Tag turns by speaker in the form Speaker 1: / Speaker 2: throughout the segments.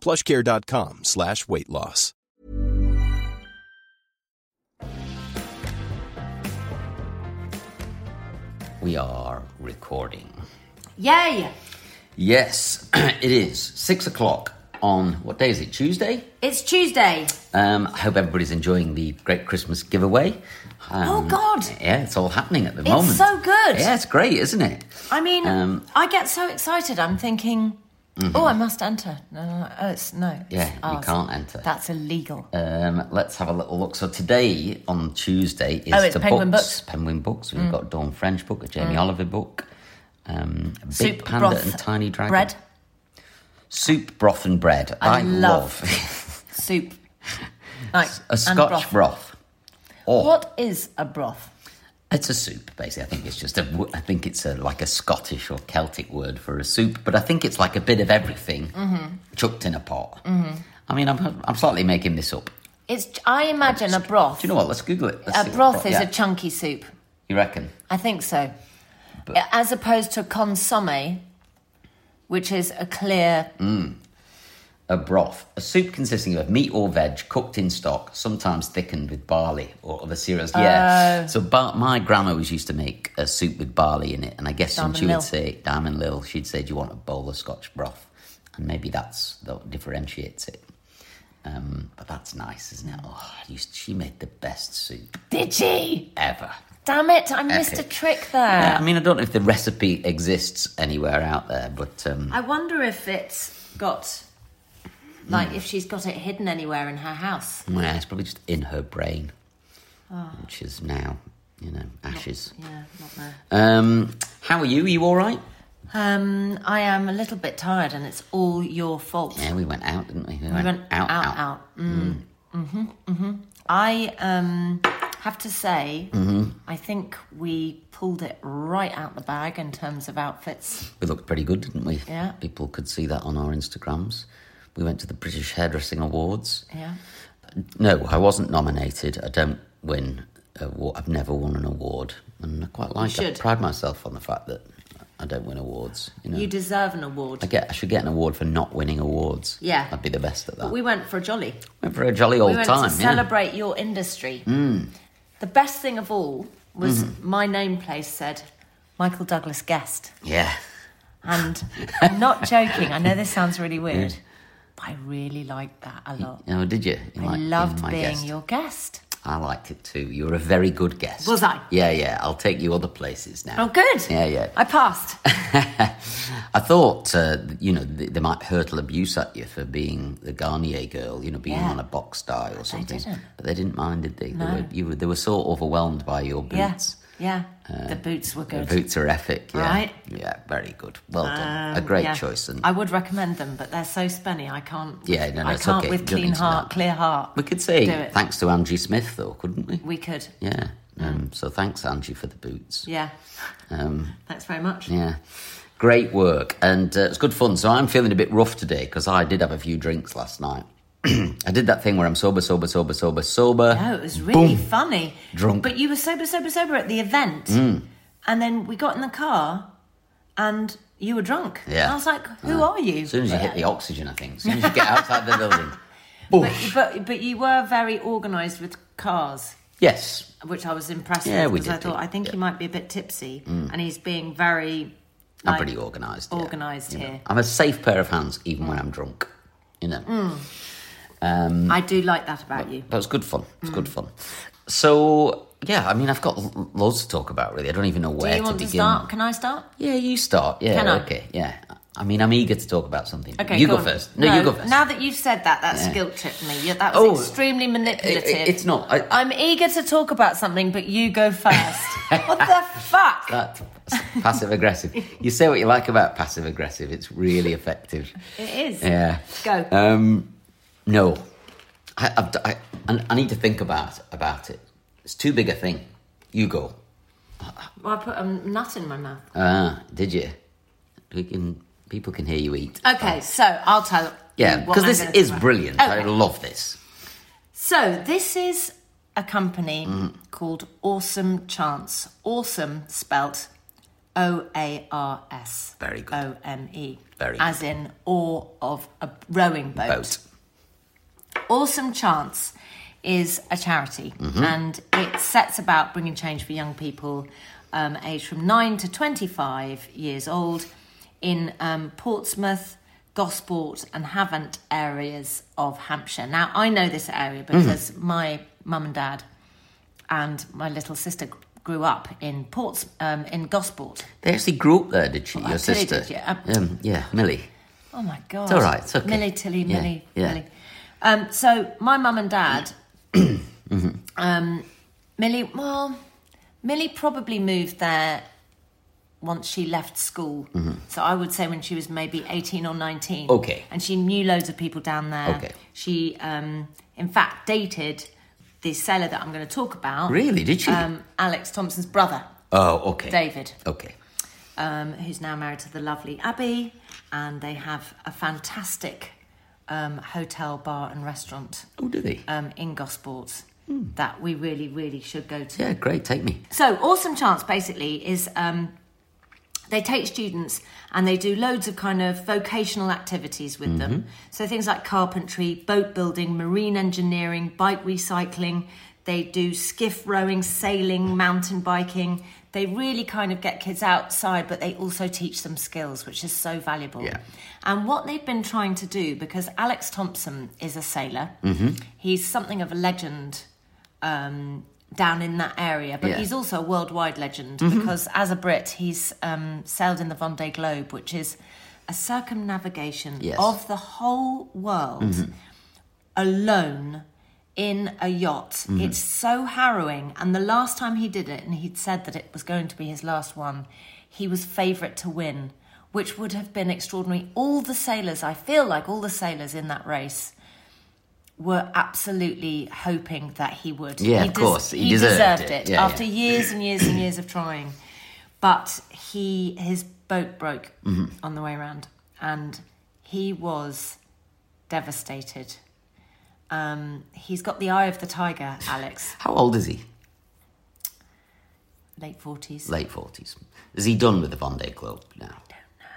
Speaker 1: Plushcare.com slash weight loss.
Speaker 2: We are recording.
Speaker 3: Yay!
Speaker 2: Yes, it is six o'clock on what day is it? Tuesday.
Speaker 3: It's Tuesday.
Speaker 2: Um, I hope everybody's enjoying the great Christmas giveaway. Um,
Speaker 3: Oh, God.
Speaker 2: Yeah, it's all happening at the
Speaker 3: It's
Speaker 2: moment.
Speaker 3: so good.
Speaker 2: Yeah, it's great, isn't it?
Speaker 3: I mean,
Speaker 2: Um, mm-hmm.
Speaker 3: I get so excited. I'm thinking, oh, I must enter. No, no, no. Oh, it's no. It's
Speaker 2: Yeah, you
Speaker 3: ours.
Speaker 2: can't enter.
Speaker 3: That's illegal.
Speaker 2: Um, let's have a little look. So today on Tuesday is
Speaker 3: Oh, it's
Speaker 2: the
Speaker 3: Penguin
Speaker 2: books.
Speaker 3: Books. Mm.
Speaker 2: Penguin books. We've got Dawn French book, a Jamie Oliver book, um, Big
Speaker 3: Soup,
Speaker 2: Panda
Speaker 3: broth,
Speaker 2: and Tiny Dragon.
Speaker 3: bread,
Speaker 2: Soup, broth, and bread.
Speaker 3: I
Speaker 2: love,
Speaker 3: love soup, like
Speaker 2: a Scotch broth. Or
Speaker 3: What is a broth?
Speaker 2: It's a soup, basically. I think it's just a. w- I think it's a like a Scottish or Celtic word for a soup, but I think it's like a bit of everything
Speaker 3: Mm-hmm.
Speaker 2: chucked in a pot. Mm-hmm. I mean, I'm I'm slightly making this up. Do
Speaker 3: It's. I imagine a broth.
Speaker 2: you know what? Let's Google it. Let's
Speaker 3: a
Speaker 2: see what
Speaker 3: broth is
Speaker 2: yeah.
Speaker 3: a chunky soup.
Speaker 2: You reckon?
Speaker 3: I think so. As opposed to consomme, which is a clear.
Speaker 2: Mm. A broth, a soup consisting of meat or veg cooked in stock, sometimes thickened with barley or other cereals.
Speaker 3: Oh.
Speaker 2: Yeah. So bar- my grandma always used to make a soup with barley in it, and I guess when
Speaker 3: Diamond
Speaker 2: she
Speaker 3: Lil.
Speaker 2: would say Diamond Lil, she'd say, "Do you want a bowl of Scotch broth?" And maybe that's that differentiates it. Um, but that's nice, isn't it? Oh, I used, she made the best soup
Speaker 3: Did she?
Speaker 2: ever.
Speaker 3: Damn it! I missed a
Speaker 2: Epic.
Speaker 3: trick there.
Speaker 2: Yeah, I mean, I don't know if the recipe exists anywhere out there, but um,
Speaker 3: I wonder if it's got, like, if she's got it hidden anywhere in her house.
Speaker 2: yeah, it's probably just in her brain,
Speaker 3: Ah.
Speaker 2: which is now, you know, ashes.
Speaker 3: Yeah, not there.
Speaker 2: Um, how are you? Are you all right?
Speaker 3: Um, I am a little bit tired, and it's all your fault.
Speaker 2: Yeah, we went out, didn't we? We,
Speaker 3: I went out, out. Mm. Mm. hmm hmm I um, have to say, I think we pulled it right out the bag in terms of outfits.
Speaker 2: We looked pretty good, didn't we?
Speaker 3: Yeah.
Speaker 2: People could see that on our Instagrams. We went to the British Hairdressing Awards.
Speaker 3: Yeah.
Speaker 2: No, I wasn't nominated. I don't win. a wa- I've never won an award, and I quite like. it. I
Speaker 3: should.
Speaker 2: pride myself on the fact that I don't win awards. You know,
Speaker 3: You deserve an
Speaker 2: I
Speaker 3: award.
Speaker 2: get. I should get an award for not winning awards.
Speaker 3: Yeah.
Speaker 2: I'd be the best at that.
Speaker 3: We went for a jolly.
Speaker 2: went for a jolly old
Speaker 3: we went
Speaker 2: time.
Speaker 3: to
Speaker 2: yeah. Mm.
Speaker 3: celebrate your industry. The best thing of all was
Speaker 2: Mm-hmm.
Speaker 3: my name place said Michael Douglas guest,
Speaker 2: yeah.
Speaker 3: and I'm not joking. I know this sounds really weird, but I really liked that a lot.
Speaker 2: Oh, did you? You
Speaker 3: I
Speaker 2: liked being
Speaker 3: loved
Speaker 2: my
Speaker 3: being
Speaker 2: guest.
Speaker 3: your guest.
Speaker 2: I liked it too. You were a very good guest.
Speaker 3: Was I?
Speaker 2: Yeah, yeah. I'll take you other places now.
Speaker 3: Oh, good.
Speaker 2: Yeah, yeah.
Speaker 3: I passed.
Speaker 2: I thought, uh, you know, th- they might hurtle abuse at you for being the Garnier girl, you know, being
Speaker 3: Yeah.
Speaker 2: on a box die or something.
Speaker 3: didn't.
Speaker 2: But they didn't mind, did they? They,
Speaker 3: No.
Speaker 2: were, you were, they were so overwhelmed by your
Speaker 3: yeah,
Speaker 2: boots.
Speaker 3: yeah. the boots were
Speaker 2: Uh, The
Speaker 3: good.
Speaker 2: boots are epic, yeah.
Speaker 3: Right. Um,
Speaker 2: Yeah, very good. Well done. A great
Speaker 3: Yeah.
Speaker 2: choice. And
Speaker 3: I would recommend them, but they're so spenny. I can't.
Speaker 2: Yeah, no, no,
Speaker 3: I
Speaker 2: it's
Speaker 3: can't
Speaker 2: okay. You
Speaker 3: with
Speaker 2: don't
Speaker 3: clean
Speaker 2: need to
Speaker 3: heart,
Speaker 2: know.
Speaker 3: clear heart.
Speaker 2: we could say
Speaker 3: Do it.
Speaker 2: thanks to Angie Smith, though, couldn't we?
Speaker 3: We could.
Speaker 2: Yeah. Um, so thanks, Angie, for the boots.
Speaker 3: Yeah.
Speaker 2: Um,
Speaker 3: Thanks very much.
Speaker 2: Yeah. Great work. And uh, it's good fun. So I'm feeling a bit rough today because I did have a few drinks last night. I did that thing where I'm sober, sober, sober, sober, sober.
Speaker 3: No, it was really
Speaker 2: Boom.
Speaker 3: funny.
Speaker 2: Drunk. Mm.
Speaker 3: But you were sober, sober, sober at the event. And then we got in the car and you were drunk.
Speaker 2: Yeah. Uh,
Speaker 3: And I was like, who are you?
Speaker 2: As soon as you hit the oxygen, I think. As soon as you get outside the building.
Speaker 3: But, but, but you were very organised with cars,
Speaker 2: Yes.
Speaker 3: which I was impressed
Speaker 2: Yeah,
Speaker 3: with
Speaker 2: we
Speaker 3: because I
Speaker 2: did
Speaker 3: thought,
Speaker 2: do-
Speaker 3: I think
Speaker 2: yeah.
Speaker 3: he might be a bit tipsy. And he's being very
Speaker 2: I'm
Speaker 3: like,
Speaker 2: pretty organised. yeah.
Speaker 3: organised here.
Speaker 2: I'm a safe pair of hands even when I'm drunk. You know.
Speaker 3: Mm.
Speaker 2: Mm.
Speaker 3: I do like that about you.
Speaker 2: That was good fun. It's good
Speaker 3: Mm.
Speaker 2: fun. So, yeah, I mean, I've got l- loads to talk about, really. I don't even know where
Speaker 3: Do you want to
Speaker 2: begin.
Speaker 3: start? Can I start?
Speaker 2: Yeah, you start. Yeah,
Speaker 3: Can I?
Speaker 2: okay. Yeah. I mean, I'm eager to talk about something.
Speaker 3: Okay,
Speaker 2: you go,
Speaker 3: on.
Speaker 2: first. No, you go first.
Speaker 3: Now that you've said that, that's guilt tripped me. Yeah, that was
Speaker 2: Oh,
Speaker 3: extremely manipulative.
Speaker 2: it- it's not. I-
Speaker 3: am eager to talk about something, but you go first. what the fuck?
Speaker 2: That passive aggressive. You say what you like about passive aggressive. It's really effective.
Speaker 3: it is.
Speaker 2: Yeah.
Speaker 3: Go.
Speaker 2: Um, no, I, I've, d- I, I- I need to think about about it. It's too big a thing. You go.
Speaker 3: Well, I put a nut in my mouth.
Speaker 2: Ah, did you? We can. People can hear you eat.
Speaker 3: Okay, so I'll tell.
Speaker 2: Yeah,
Speaker 3: you what
Speaker 2: because
Speaker 3: I'm
Speaker 2: this
Speaker 3: gonna
Speaker 2: is
Speaker 3: talk about.
Speaker 2: brilliant. I
Speaker 3: Okay.
Speaker 2: love this.
Speaker 3: So this is a company
Speaker 2: Mm-hmm.
Speaker 3: called Awesome Chance. Awesome spelt O A R S.
Speaker 2: Very good.
Speaker 3: O M E.
Speaker 2: Very
Speaker 3: As in awe of a rowing
Speaker 2: Boat.
Speaker 3: Awesome Chance is a charity and it sets about bringing change for young people um, aged from 9 to 25 years old in um, Portsmouth, Gosport, and Havant areas of Hampshire. Now, I know this area because my mum and dad and my little sister g- grew up in Ports, um, in Gosport.
Speaker 2: They actually grew up there, did she? Your
Speaker 3: absolutely
Speaker 2: sister?
Speaker 3: Oh, did, Uh, yeah.
Speaker 2: Um, yeah, Millie.
Speaker 3: Oh my god!
Speaker 2: all right, it's okay.
Speaker 3: Millie Tilly,
Speaker 2: Yeah,
Speaker 3: Millie,
Speaker 2: yeah.
Speaker 3: Millie. Um, so my mum and dad,
Speaker 2: Mm-hmm.
Speaker 3: um, Millie. Well, Millie probably moved there once she left school. So I would say when she was maybe eighteen or nineteen.
Speaker 2: Mm-hmm. Okay.
Speaker 3: And she knew loads of people down there.
Speaker 2: Okay.
Speaker 3: She, um, in fact, dated the seller that I'm going to talk about.
Speaker 2: Really? Did she?
Speaker 3: Um, Alex Thompson's brother,
Speaker 2: oh, okay.
Speaker 3: David
Speaker 2: Okay.
Speaker 3: um, who's now married to the lovely Abby, and they have a fantastic um, hotel, bar, and restaurant
Speaker 2: Oh, do they?
Speaker 3: um, in Gosport that we really, really should go to.
Speaker 2: yeah, great. Take me.
Speaker 3: So, Awesome Chance basically is um, they take students and they do loads of kind of vocational activities with them. So, things like carpentry, boat building, marine engineering, bike recycling, they do skiff rowing, sailing, mountain biking. They really kind of get kids outside, but they also teach them skills, which is so valuable.
Speaker 2: Yeah.
Speaker 3: And what they've been trying to do, because Alex Thompson is a sailor, he's something of a legend um, down in that area, but
Speaker 2: Yeah. Mm-hmm.
Speaker 3: he's also a worldwide legend because as a Brit, he's um, sailed in the Vendée Globe, which is a circumnavigation
Speaker 2: Yes. Mm-hmm.
Speaker 3: of the whole world alone in a yacht.
Speaker 2: Mm-hmm.
Speaker 3: It's so harrowing. And the last time he did it, and he'd said that it was going to be his last one, he was favourite to win, which would have been extraordinary. All the sailors, I feel like all the sailors in that race were absolutely hoping that he would.
Speaker 2: Yeah,
Speaker 3: he
Speaker 2: of course. He deserved it. Yeah,
Speaker 3: after
Speaker 2: yeah.
Speaker 3: years and years and years of trying. But he his boat broke
Speaker 2: Mm-hmm.
Speaker 3: on the way around, and he was devastated. Um, he's got the eye of the tiger, Alex.
Speaker 2: How old is he?
Speaker 3: Late forties.
Speaker 2: Late 40s. Is he done with the Vendée Globe now?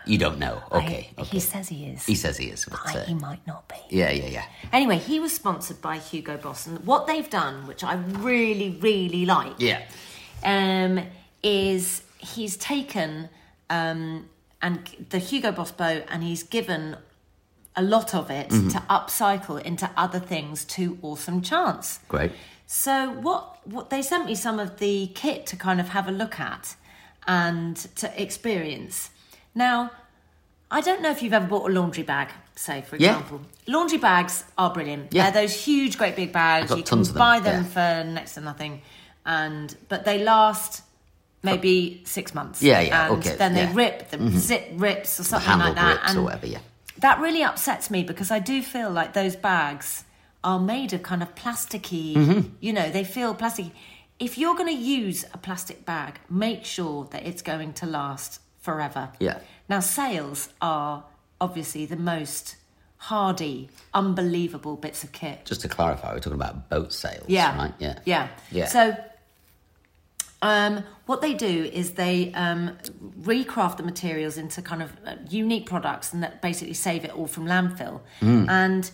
Speaker 2: You don't know. Okay. okay.
Speaker 3: He says he is.
Speaker 2: he says he is. But,
Speaker 3: I,
Speaker 2: uh,
Speaker 3: he might not be.
Speaker 2: yeah, yeah, yeah.
Speaker 3: Anyway, he was sponsored by Hugo Boss, and what they've done, which I really, really like,
Speaker 2: Yeah.
Speaker 3: um, is he's taken um, and the Hugo Boss bow, and he's given a lot of it
Speaker 2: Mm-hmm.
Speaker 3: to upcycle into other things to Awesome Chance.
Speaker 2: Great.
Speaker 3: So what what they sent me some of the kit to kind of have a look at and to experience. Now, I don't know if you've ever bought a laundry bag, say for
Speaker 2: Yeah.
Speaker 3: example. Laundry bags are brilliant.
Speaker 2: Yeah.
Speaker 3: They're those huge, great big bags.
Speaker 2: got
Speaker 3: you
Speaker 2: tons
Speaker 3: can
Speaker 2: of them,
Speaker 3: buy them
Speaker 2: yeah.
Speaker 3: for next to nothing, and but they last maybe six months.
Speaker 2: Yeah, yeah,
Speaker 3: And
Speaker 2: okay,
Speaker 3: Then they
Speaker 2: yeah.
Speaker 3: rip, the zip rips or something
Speaker 2: Handle
Speaker 3: like that.
Speaker 2: grips or
Speaker 3: and
Speaker 2: whatever, yeah.
Speaker 3: that really upsets me because I do feel like those bags are made of kind of plasticky, you know, they feel plasticky. If you're going to use a plastic bag, make sure that it's going to last forever.
Speaker 2: Yeah.
Speaker 3: Now, sales are obviously the most hardy, unbelievable bits of kit.
Speaker 2: Just to clarify, we're talking about boat sales,
Speaker 3: Yeah.
Speaker 2: right? Yeah.
Speaker 3: Yeah.
Speaker 2: Yeah.
Speaker 3: So um, what they do is they um, recraft the materials into kind of uh, unique products and that basically save it all from landfill.
Speaker 2: Mm.
Speaker 3: And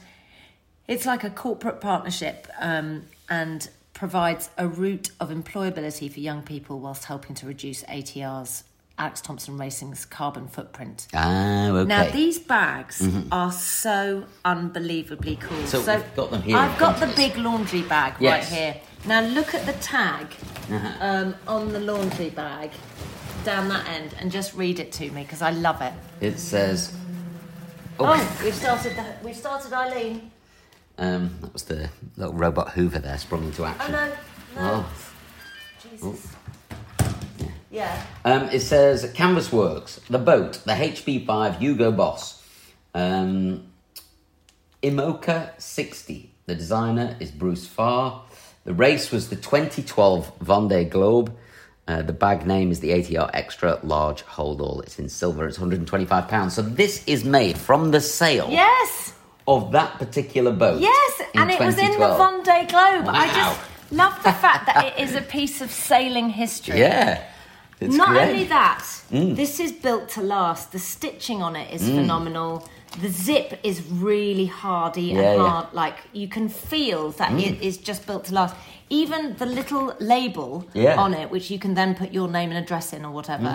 Speaker 3: it's like a corporate partnership um, and provides a route of employability for young people whilst helping to reduce ATR's, Alex Thompson Racing's carbon footprint.
Speaker 2: Ah, okay.
Speaker 3: Now these bags are so unbelievably cool.
Speaker 2: Mm-hmm. So we've got them here in
Speaker 3: I've got the
Speaker 2: front of us.
Speaker 3: big laundry bag
Speaker 2: Yes.
Speaker 3: right here. Now look at the tag
Speaker 2: Uh-huh.
Speaker 3: um, on the laundry bag down that end, and just read it to me because I love it.
Speaker 2: It says. Oh,
Speaker 3: Oh, we've started. The, we've started Eileen.
Speaker 2: um, that was the little robot Hoover there sprung into
Speaker 3: Oh
Speaker 2: action.
Speaker 3: no, no.
Speaker 2: Oh.
Speaker 3: Jesus. Yeah.
Speaker 2: Um, it says Canvas Works, The Boat, The HB5 Hugo Boss, um, Imoca 60, The designer is Bruce Farr. The race was the 2012 Vendée Globe. Uh, the bag name is the ATR Extra Large Hold All. It's in silver. It's 125 pounds. So this is made from the sale
Speaker 3: Yes.
Speaker 2: of that particular boat.
Speaker 3: Yes,
Speaker 2: Oh. in
Speaker 3: and it was in the
Speaker 2: 2012.
Speaker 3: Vendée Globe. I
Speaker 2: Wow.
Speaker 3: just love the fact that it is a piece of sailing history.
Speaker 2: Yeah, it's
Speaker 3: Not
Speaker 2: great. Mm.
Speaker 3: only that, this is built to last. The stitching on it is phenomenal. The zip is really hardy
Speaker 2: Yeah, Mm. yeah.
Speaker 3: and hard. Like you can feel that it is just built to last. Even the little label
Speaker 2: Yeah. Mm.
Speaker 3: on it, which you can then put your name and address in or whatever.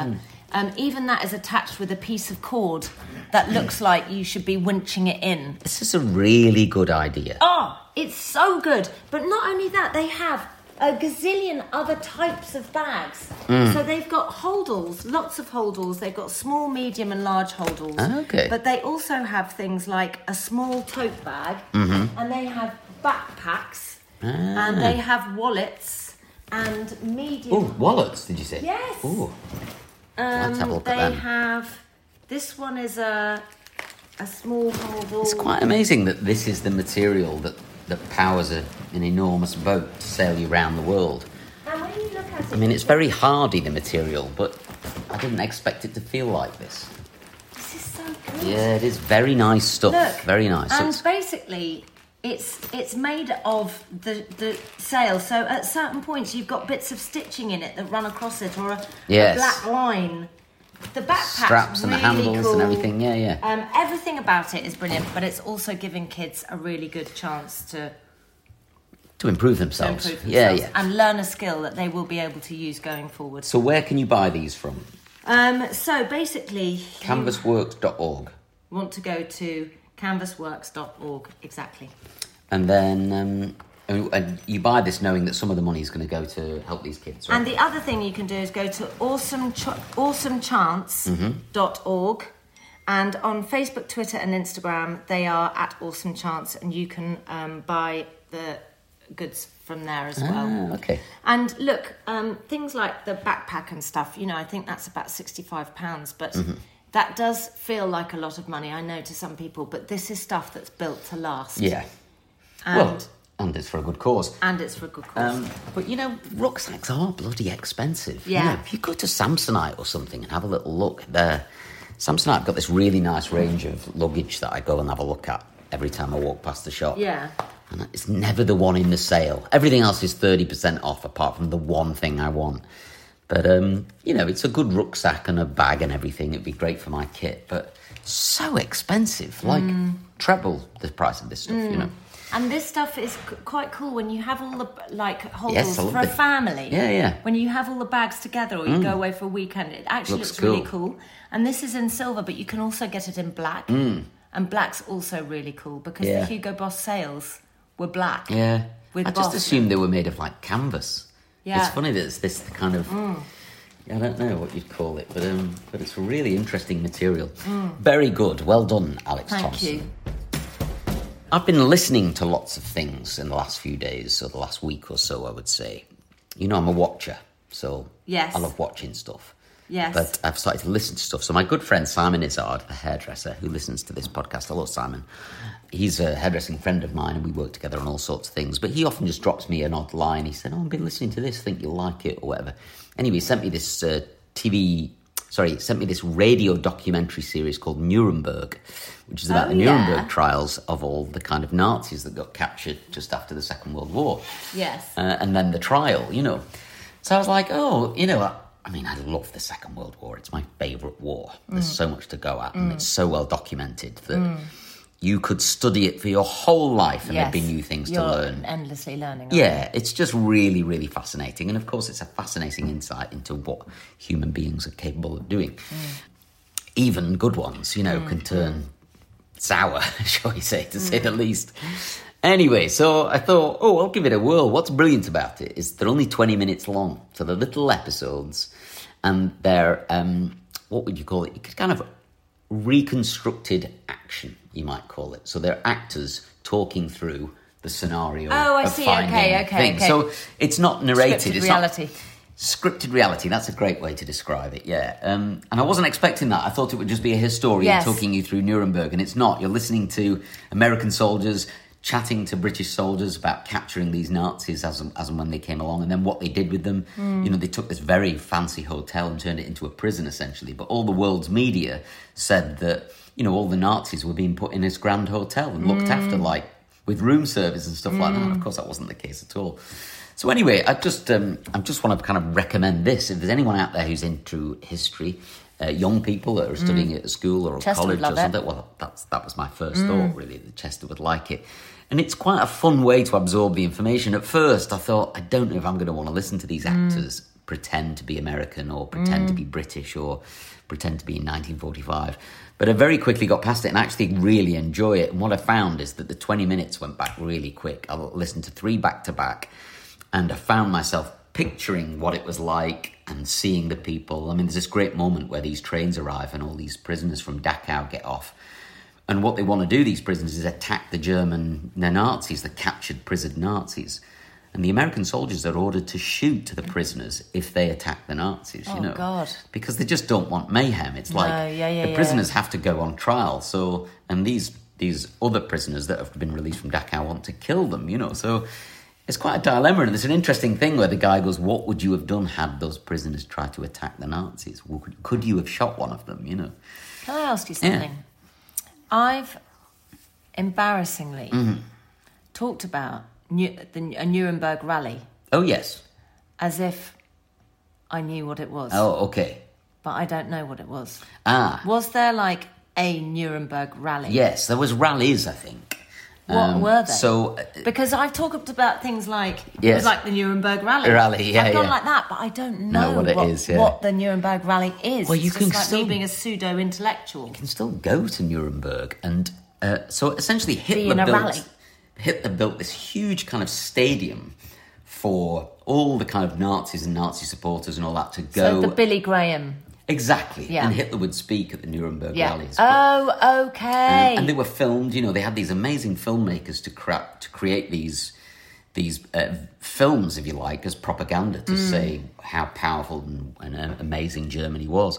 Speaker 3: Um, even that is attached with a piece of cord that looks like you should be winching it in.
Speaker 2: This is a really good idea.
Speaker 3: Oh, it's so good. But not only that, they have a gazillion other types of bags.
Speaker 2: Mm.
Speaker 3: So they've got holdalls, lots of holdalls. They've got small, medium, and large holdalls.
Speaker 2: Ah, okay.
Speaker 3: But they also have things like a small tote bag,
Speaker 2: Mm-hmm.
Speaker 3: and they have backpacks,
Speaker 2: Ah.
Speaker 3: and they have wallets, and medium.
Speaker 2: Oh, wallets, did you say?
Speaker 3: Yes.
Speaker 2: Ooh.
Speaker 3: Um,
Speaker 2: Let's have a look
Speaker 3: they
Speaker 2: at them.
Speaker 3: have. This one is a a small holdall.
Speaker 2: It's quite amazing that this is the material that, that powers a, an enormous boat to sail you around the world.
Speaker 3: And when you look at it,
Speaker 2: I mean, it's very hardy, the material, but I didn't expect it to feel like this.
Speaker 3: This is so good.
Speaker 2: Yeah, it is very nice stuff.
Speaker 3: Look,
Speaker 2: very nice.
Speaker 3: And
Speaker 2: It's-
Speaker 3: basically, it's it's made of the the sail. So at certain points, you've got bits of stitching in it that run across it, or a,
Speaker 2: Yes.
Speaker 3: a black line. The backpack
Speaker 2: straps and the handles and everything. Yeah, yeah.
Speaker 3: Um, everything about it is brilliant, but it's also giving kids a really good chance to
Speaker 2: to improve themselves.
Speaker 3: improve themselves
Speaker 2: Yeah, yeah.
Speaker 3: and learn a skill that they will be able to use going forward.
Speaker 2: So where can you buy these from?
Speaker 3: Um, so basically, you
Speaker 2: Canvasworks.org.
Speaker 3: want to go to canvasworks.org exactly.
Speaker 2: And then um, and- and you buy this knowing that some of the money is going to go to help these kids. Right?
Speaker 3: And the other thing you can do is go to awesome
Speaker 2: Mm-hmm.
Speaker 3: awesomechance.org and on Facebook, Twitter, and Instagram, they are at Awesome Chance, and you can um, buy the goods from there as well.
Speaker 2: Ah, okay.
Speaker 3: And look, um, things like the backpack and stuff, you know, I think that's about £65, but
Speaker 2: Mm-hmm.
Speaker 3: that does feel like a lot of money, I know, to some people, but this is stuff that's built to last.
Speaker 2: Yeah.
Speaker 3: And,
Speaker 2: well, and it's for a good cause.
Speaker 3: and it's for a good cause.
Speaker 2: Um, but you know, rucksacks are bloody expensive. You
Speaker 3: Yeah.
Speaker 2: know, if you go to Samsonite or something and have a little look there, Samsonite have got this really nice range of luggage that I go and have a look at every time I walk past the shop.
Speaker 3: yeah.
Speaker 2: And it's never the one in the sale. Everything else is 30% off apart from the one thing I want. But, um, you know, it's a good rucksack and a bag and everything. It'd be great for my kit, but so expensive. Like,
Speaker 3: Mm.
Speaker 2: treble the price of this stuff, you know.
Speaker 3: And this stuff is c- quite cool when you have all the like holdalls
Speaker 2: Yes, I love
Speaker 3: for a
Speaker 2: it.
Speaker 3: family.
Speaker 2: Yeah, yeah. Mm.
Speaker 3: When you have all the bags together, or you go away for a weekend, it actually
Speaker 2: Looks
Speaker 3: looks, really cool. And this is in silver, but you can also get it in black. And black's also really cool because
Speaker 2: Mm. Yeah.
Speaker 3: the Hugo Boss sales were black.
Speaker 2: Yeah.
Speaker 3: With
Speaker 2: I just
Speaker 3: Boss.
Speaker 2: assumed they were made of like canvas.
Speaker 3: Yeah. Mm.
Speaker 2: It's funny that it's this kind of. I don't know what you'd call it, but um, but it's a really interesting material. Very good. Well done, Alex
Speaker 3: Mm. Thank
Speaker 2: Thompson.
Speaker 3: you.
Speaker 2: I've been listening to lots of things in the last few days, or the last week or so, I would say. You know, I'm a watcher, so
Speaker 3: Yes.
Speaker 2: I love watching stuff.
Speaker 3: Yes.
Speaker 2: But I've started to listen to stuff. So my good friend Simon Izzard, the hairdresser who listens to this podcast, hello Simon. He's a hairdressing friend of mine, and we work together on all sorts of things. But he often just drops me an odd line. He said, "Oh, I've been listening to this. Think you'll like it, or whatever." Anyway, he sent me this uh, TV. Sorry, he sent me this radio documentary series called Nuremberg, which is about
Speaker 3: Oh,
Speaker 2: the Nuremberg
Speaker 3: yeah.
Speaker 2: trials of all the kind of Nazis that got captured just after the Second World War
Speaker 3: Yes.
Speaker 2: uh, and then the trial, you know. So I was like, oh, you know, I, I mean, I love the Second World War. It's my favourite war. There's
Speaker 3: Mm.
Speaker 2: so much to go at, and it's so well documented that you could study it for your whole life and
Speaker 3: yes.
Speaker 2: there'd be new things
Speaker 3: You're
Speaker 2: to learn.
Speaker 3: Endlessly learning. aren't
Speaker 2: Yeah, it's just really, really fascinating. And of course, it's a fascinating insight into what human beings are capable of doing.
Speaker 3: Mm.
Speaker 2: Even good ones, you know, can turn sour, shall we say, to say the
Speaker 3: Mm.
Speaker 2: least. Anyway, so I thought, oh, I'll give it a whirl. What's brilliant about it is they're only 20 minutes long, so they're little episodes, and they're, um, what would you call it? You could kind of reconstructed action, you might call it. So they're actors talking through the scenario.
Speaker 3: Oh, I
Speaker 2: of
Speaker 3: see.
Speaker 2: finding
Speaker 3: Okay, okay,
Speaker 2: things.
Speaker 3: okay.
Speaker 2: So it's not narrated.
Speaker 3: Scripted
Speaker 2: it's not-
Speaker 3: reality.
Speaker 2: scripted reality. That's a great way to describe it. Yeah. Um, and I wasn't expecting that. I thought it would just be a historian
Speaker 3: Yes.
Speaker 2: talking you through Nuremberg, and it's not. You're listening to American soldiers chatting to British soldiers about capturing these Nazis as, and- as and when they came along, and then what they did with them. You know, they took this very fancy hotel and turned it into a prison, essentially. But all the world's media said that, you know, all the Nazis were being put in this grand hotel and looked after, like, with room service and stuff like that. Of course, that wasn't the case at all. So anyway, I just um, I just want to kind of recommend this. If there's anyone out there who's into history, uh, young people that are studying it at school or
Speaker 3: Chester
Speaker 2: college
Speaker 3: would love
Speaker 2: or
Speaker 3: it. Mm.
Speaker 2: something, well, that's that was my first thought really that Chester would like it. And it's quite a fun way to absorb the information. At first, I thought I don't know if I'm going to want to listen to these
Speaker 3: Mm.
Speaker 2: actors pretend to be American or pretend to be British or pretend to be in 1945. But I very quickly got past it and actually really enjoy it. And what I found is that the 20 minutes went back really quick. I listened to three back to back and I found myself picturing what it was like and seeing the people. I mean, there's this great moment where these trains arrive and all these prisoners from Dachau get off. And what they want to do, these prisoners, is attack the German the Nazis, the captured prison Nazis. And the American soldiers are ordered to shoot the prisoners if they attack the Nazis,
Speaker 3: Oh,
Speaker 2: you know.
Speaker 3: God.
Speaker 2: Because they just don't want mayhem. It's like
Speaker 3: yeah, yeah,
Speaker 2: the
Speaker 3: yeah.
Speaker 2: prisoners have to go on trial. So, and these these other prisoners that have been released from Dachau want to kill them, you know. So, it's quite a dilemma, and it's an interesting thing where the guy goes, "What would you have done had those prisoners tried to attack the Nazis? Would, could you have shot one of them? You know?"
Speaker 3: Can I ask you something? I've embarrassingly
Speaker 2: Mm-hmm.
Speaker 3: talked about New- the, a Nuremberg rally
Speaker 2: Oh yes.
Speaker 3: as if I knew what it was,
Speaker 2: Oh okay.
Speaker 3: but I don't know what it was.
Speaker 2: Ah
Speaker 3: Was there like a Nuremberg rally?
Speaker 2: yes, there was rallies, I think.
Speaker 3: What were they?
Speaker 2: So uh,
Speaker 3: Because I've talked about things like
Speaker 2: Yes.
Speaker 3: like the Nuremberg rally.
Speaker 2: Rally, yeah,
Speaker 3: I've gone
Speaker 2: yeah.
Speaker 3: like that, but I don't know,
Speaker 2: what it
Speaker 3: what,
Speaker 2: is, yeah.
Speaker 3: what the Nuremberg rally is.
Speaker 2: Well, you
Speaker 3: it's
Speaker 2: can
Speaker 3: just like
Speaker 2: still-
Speaker 3: me being a pseudo intellectual.
Speaker 2: can still go to Nuremberg. And uh, so essentially, Hitler
Speaker 3: in a
Speaker 2: built
Speaker 3: rally.
Speaker 2: Hitler built this huge kind of stadium for all the kind of Nazis and Nazi supporters and all that to go
Speaker 3: So the Billy Graham.
Speaker 2: exactly.
Speaker 3: Yeah.
Speaker 2: And Hitler would speak at the Nuremberg
Speaker 3: Yeah.
Speaker 2: rallies. Mm,
Speaker 3: Oh, okay.
Speaker 2: And they were filmed. You know, they had these amazing filmmakers to cra- to create these these uh, films, if you like, as propaganda to
Speaker 3: Mm.
Speaker 2: say how powerful and, and uh, amazing Germany was.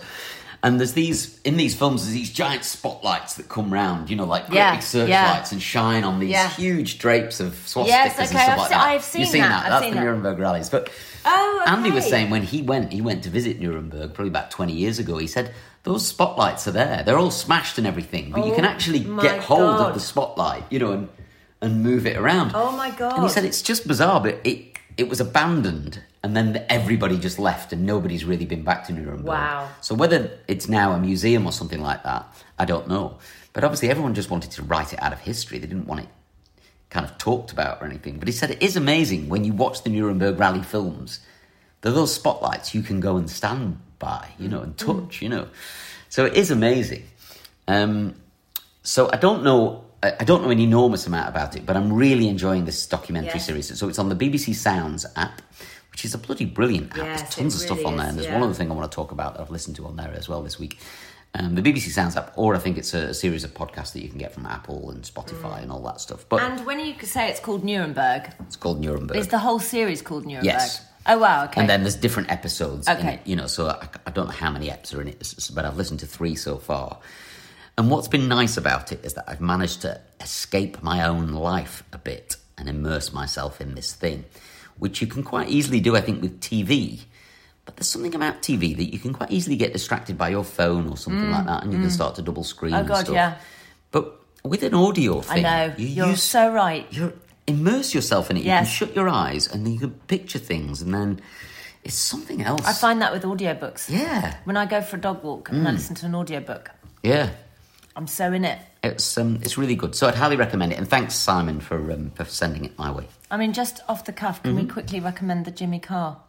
Speaker 2: And there's these in these films, there's these giant spotlights that come round. You know, like great
Speaker 3: Yeah,
Speaker 2: big searchlights and shine on these
Speaker 3: Yeah.
Speaker 2: huge drapes of swastikas and
Speaker 3: okay,
Speaker 2: stuff
Speaker 3: I've
Speaker 2: like
Speaker 3: se-
Speaker 2: that.
Speaker 3: I've seen
Speaker 2: You've seen
Speaker 3: that,
Speaker 2: that.
Speaker 3: I've
Speaker 2: That's
Speaker 3: seen
Speaker 2: the
Speaker 3: that.
Speaker 2: Nuremberg rallies, but.
Speaker 3: Oh, okay.
Speaker 2: Andy was saying when he went, he went to visit Nuremberg probably about 20 years ago. He said, Those spotlights are there. They're all smashed and everything, but you can
Speaker 3: Oh
Speaker 2: actually
Speaker 3: my
Speaker 2: get hold
Speaker 3: God.
Speaker 2: of the spotlight, you know, and, and move it around.
Speaker 3: Oh my
Speaker 2: And he
Speaker 3: God.
Speaker 2: said, It's just bizarre, but it, it was abandoned and then everybody just left and nobody's really been back to Nuremberg.
Speaker 3: Wow.
Speaker 2: So whether it's now a museum or something like that, I don't know. But obviously, everyone just wanted to write it out of history. They didn't want it kind of talked about or anything. But he said it is amazing when you watch the Nuremberg Rally films. There are those spotlights you can go and stand by, you know, and touch, you know. So it is amazing. Um, so I don't know. I I don't know an enormous amount about it, but I'm really enjoying this documentary
Speaker 3: Yes.
Speaker 2: series. So it's on the BBC Sounds app, which is a bloody brilliant app.
Speaker 3: Yes,
Speaker 2: There's
Speaker 3: it
Speaker 2: tons of stuff
Speaker 3: really
Speaker 2: on there,
Speaker 3: is,
Speaker 2: and there's
Speaker 3: yeah.
Speaker 2: one other thing I want to talk about that I've listened to on there as well this week. Um, the BBC Sounds app, or I think it's a, series of podcasts that you can get from Apple and Spotify and all that stuff. But
Speaker 3: Mm. And when you say it's called Nuremberg,
Speaker 2: it's called Nuremberg.
Speaker 3: is the whole series called Nuremberg?
Speaker 2: Yes.
Speaker 3: Oh wow. Okay.
Speaker 2: And then there's different episodes. In
Speaker 3: Okay.
Speaker 2: it, you know, so I, I don't know how many eps are in it, s- s- but I've listened to three so far. And what's been nice about it is that I've managed to escape my own life a bit and immerse myself in this thing, which you can quite easily do, I think, with TV. But there's something about TV that you can quite easily get distracted by your phone or something like that, and you can start to double screen.
Speaker 3: Mm, Oh,
Speaker 2: and
Speaker 3: God,
Speaker 2: stuff.
Speaker 3: yeah.
Speaker 2: But with an audio
Speaker 3: I
Speaker 2: thing,
Speaker 3: know.
Speaker 2: you
Speaker 3: You're
Speaker 2: use
Speaker 3: so right.
Speaker 2: you immerse yourself in it. You
Speaker 3: Yes.
Speaker 2: can shut your eyes and then you can picture things, and then it's something else.
Speaker 3: I find that with audiobooks.
Speaker 2: yeah, Mm.
Speaker 3: When I go for a dog walk and I listen to an audiobook,
Speaker 2: yeah,
Speaker 3: I'm so in it.
Speaker 2: it's um, it's really good. So I'd highly recommend it. And thanks, Simon, for um, for sending it my way.
Speaker 3: I mean, just off the cuff, can
Speaker 2: Mm-hmm.
Speaker 3: we quickly recommend the Jimmy Carr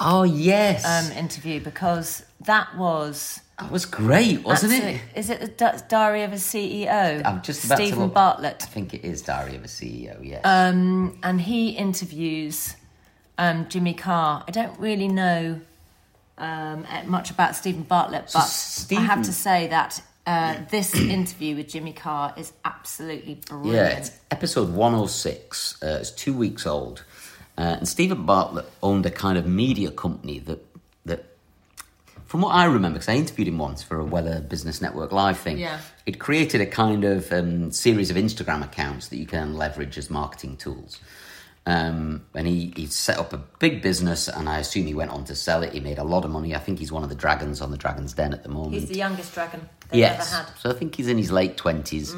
Speaker 2: Oh yes,
Speaker 3: um, interview because that was
Speaker 2: that was great, wasn't it?
Speaker 3: absolute- Is it the Di- Diary of a CEO?
Speaker 2: I'm just about to
Speaker 3: Stephen
Speaker 2: look.
Speaker 3: Bartlett,
Speaker 2: I think it is Diary of a CEO. Yes.
Speaker 3: and he interviews um, Jimmy Carr. I don't really know um, eh, much about Stephen Bartlett, but I
Speaker 2: Stephen-
Speaker 3: have to say that uh, this interview with Jimmy Carr is absolutely brilliant.
Speaker 2: Yeah, it's episode 106. Uh, it's two weeks old. Uh, and Stephen Bartlett owned a kind of media company that that from what I remember, because I interviewed him once for a Weller Business Network Live thing,
Speaker 3: Yeah.
Speaker 2: it created a kind of um, series of Instagram accounts that you can leverage as marketing tools. Um, and he, he set up a big business, and I assume he went on to sell it. He made a lot of money. I think he's one of the dragons on the Dragon's Den at the moment.
Speaker 3: He's the youngest dragon they've
Speaker 2: Yes.
Speaker 3: ever had.
Speaker 2: So I think he's in his late 20s.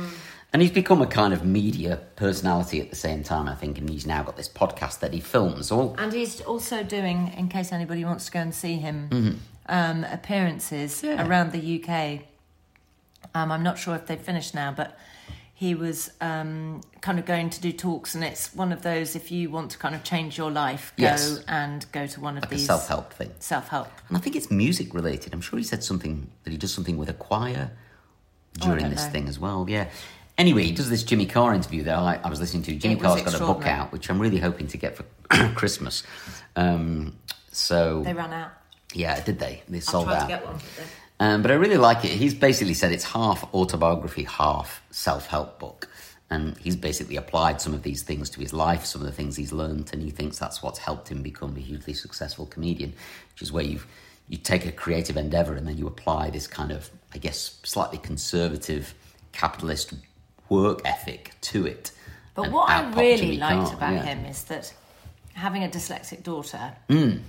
Speaker 2: And he's become a kind of media personality at the same time, I think. And he's now got this podcast that he films. All
Speaker 3: And he's also doing, in case anybody wants to go and see him,
Speaker 2: Mm-hmm.
Speaker 3: um, appearances
Speaker 2: Yeah.
Speaker 3: around the UK. Um, I'm not sure if they've finished now, but he was um, kind of going to do talks, and it's one of those if you want to kind of change your life, go
Speaker 2: Yes.
Speaker 3: and go to one of
Speaker 2: like a
Speaker 3: these
Speaker 2: self help thing.
Speaker 3: self-help.
Speaker 2: And I think it's music related. I'm sure he said something that he does something with a choir during
Speaker 3: Oh, don't
Speaker 2: this
Speaker 3: know.
Speaker 2: thing as well. Yeah. Anyway, he does this Jimmy Carr interview that I, I was listening to. Jimmy
Speaker 3: It was
Speaker 2: Carr's got a book
Speaker 3: extraordinary.
Speaker 2: out, which I'm really hoping to get for Christmas. Um, so,
Speaker 3: They ran out.
Speaker 2: yeah, did they? They
Speaker 3: I
Speaker 2: sold
Speaker 3: tried
Speaker 2: out.
Speaker 3: to get one. but they-
Speaker 2: Um, but I really like it. He's basically said it's half autobiography, half self help book. And he's basically applied some of these things to his life, some of the things he's learned, and he thinks that's what's helped him become a hugely successful comedian, which is where you you take a creative endeavor and then you apply this kind of, I guess, slightly conservative capitalist work ethic to it.
Speaker 3: But
Speaker 2: And out
Speaker 3: what I
Speaker 2: popped
Speaker 3: really
Speaker 2: Jimmy
Speaker 3: liked
Speaker 2: Carr,
Speaker 3: about
Speaker 2: yeah.
Speaker 3: him is that having a dyslexic daughter,
Speaker 2: Mm.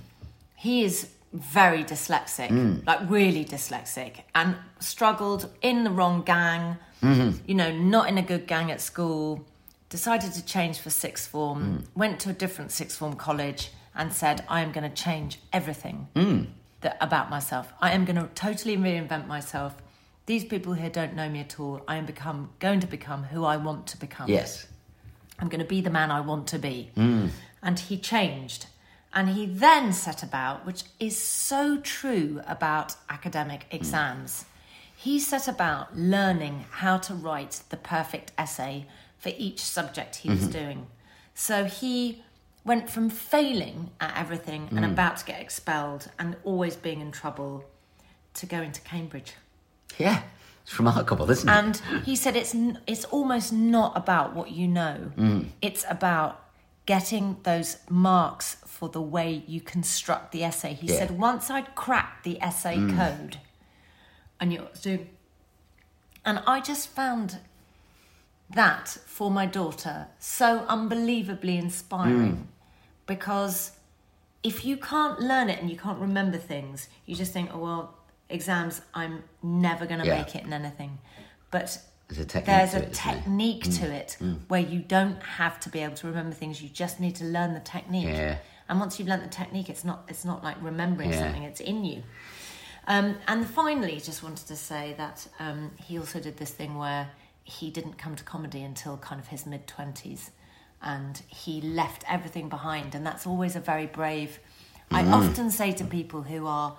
Speaker 3: he is very dyslexic, like really dyslexic, and struggled in the wrong gang,
Speaker 2: Mm-hmm.
Speaker 3: you know, not in a good gang at school, decided to change for sixth form,
Speaker 2: Mm.
Speaker 3: went to a different sixth form college, and said, I am going to change everything
Speaker 2: Mm.
Speaker 3: that, about myself. I am going to totally reinvent myself. These people here don't know me at all. I am become going to become who I want to become.
Speaker 2: Yes.
Speaker 3: I'm going to be the man I want to be. And he changed. And he then set about, which is so true about academic exams, he set about learning how to write the perfect essay for each subject he was doing. So he went from failing at everything and about to get expelled and always being in trouble to going to Cambridge.
Speaker 2: Yeah. It's remarkable, isn't it?
Speaker 3: And he said it's n- it's almost not about what you know.
Speaker 2: Mm.
Speaker 3: It's about getting those marks for the way you construct the essay. He
Speaker 2: Yeah. Mm.
Speaker 3: said once I'd cracked the essay code, and you do, and I just found that for my daughter so unbelievably inspiring
Speaker 2: Mm.
Speaker 3: because if you can't learn it and you can't remember things, you just think, oh well, exams, I'm never going to
Speaker 2: Yeah.
Speaker 3: make it in anything. But
Speaker 2: There's a technique
Speaker 3: there's
Speaker 2: to
Speaker 3: a
Speaker 2: it, isn't there? Mm.
Speaker 3: technique to it where you don't have to be able to remember things. You just need to learn the technique.
Speaker 2: Yeah.
Speaker 3: And once you've learnt the technique, it's not it's not like remembering
Speaker 2: Yeah.
Speaker 3: something; it's in you. Um, and finally, just wanted to say that um, he also did this thing where he didn't come to comedy until kind of his mid twenties, and he left everything behind. And that's always a very brave. I
Speaker 2: Mm.
Speaker 3: often say to people who are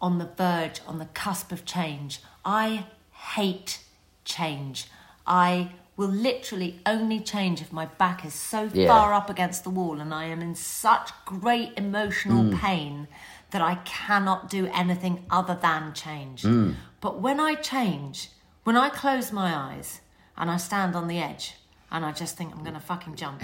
Speaker 3: on the verge, on the cusp of change. I hate change. I will literally only change if my back is so
Speaker 2: Yeah.
Speaker 3: far up against the wall and I am in such great emotional
Speaker 2: Mm.
Speaker 3: pain that I cannot do anything other than change.
Speaker 2: Mm.
Speaker 3: But when I change, when I close my eyes and I stand on the edge, and I just think I'm gonna fucking jump.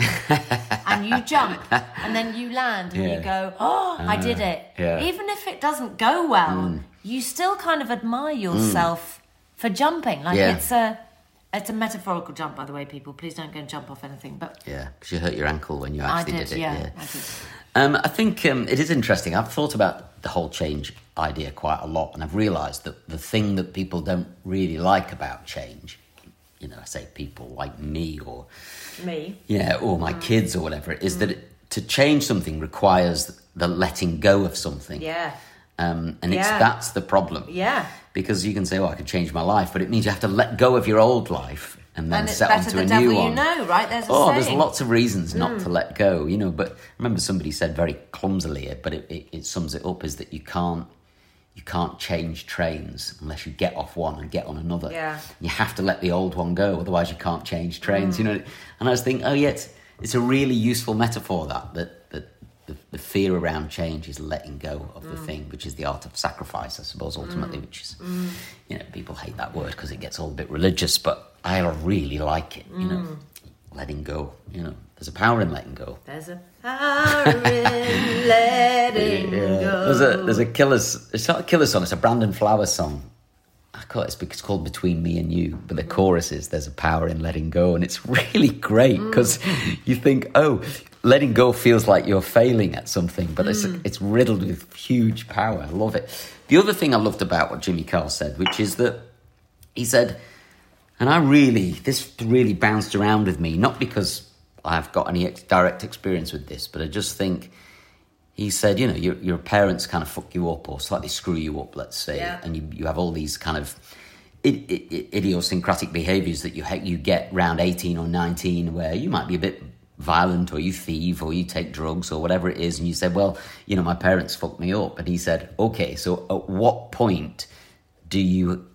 Speaker 3: and you jump, and then you land, and you
Speaker 2: Yeah. Ah,
Speaker 3: go, oh, I did it.
Speaker 2: yeah.
Speaker 3: Even if it doesn't go well,
Speaker 2: Mm.
Speaker 3: you still kind of admire yourself for jumping. Like
Speaker 2: Yeah.
Speaker 3: it's a it's a metaphorical jump, by the way, people. Please don't go and jump off anything. But
Speaker 2: Yeah, because you hurt your ankle when you
Speaker 3: I
Speaker 2: actually
Speaker 3: did,
Speaker 2: it.
Speaker 3: yeah, I did.
Speaker 2: Um, I think um, it is interesting. I've thought about the whole change idea quite a lot, and I've realised that the thing that people don't really like about change, you know, I say people like me or
Speaker 3: me.
Speaker 2: yeah, or my kids or whatever, is that it, to change something requires the letting go of something.
Speaker 3: Yeah.
Speaker 2: Um, and it's
Speaker 3: Yeah.
Speaker 2: that's the problem.
Speaker 3: Yeah.
Speaker 2: Because you can say, "Well, I could change my life," but it means you have to let go of your old life and then
Speaker 3: And it's
Speaker 2: settle
Speaker 3: better
Speaker 2: to
Speaker 3: the
Speaker 2: a
Speaker 3: devil
Speaker 2: new one.
Speaker 3: you know, right? There's a
Speaker 2: Oh,
Speaker 3: saying.
Speaker 2: there's lots of reasons not to let go, you know. But I remember somebody said very clumsily, but it, it, it sums it up: is that you can't you can't change trains unless you get off one and get on another.
Speaker 3: Yeah.
Speaker 2: You have to let the old one go, otherwise you can't change trains. You know. And I was thinking, oh yeah, it's, it's a really useful metaphor that that that the, the fear around change is letting go of the thing, which is the art of sacrifice, I suppose, ultimately, which is, you know, people hate that word because it gets all a bit religious, but I really like it, you know, letting go, you know. There's a power in letting go.
Speaker 3: There's a power in letting go.
Speaker 2: There's a there's a killer. s- It's not a killer song. It's a Brandon Flowers song. I call it, it's bec- it's called Between Me and You, but the chorus is There's a Power in Letting Go, and it's really great because you think, oh, letting go feels like you're failing at something, but it's, it's riddled with huge power. I love it. The other thing I loved about what Jimmy Carr said, which is that he said, and I really, this really bounced around with me, not because I've got any ex- direct experience with this, but I just think he said, you know, your, your parents kind of fuck you up or slightly screw you up, let's say,
Speaker 3: Yeah.
Speaker 2: and you, you have all these kind of i i i idiosyncratic behaviors that you, ha- you get round 18 or 19 where you might be a bit violent or you thieve or you take drugs or whatever it is. And you said, well, you know, my parents fucked me up. And he said, okay, so at what point do you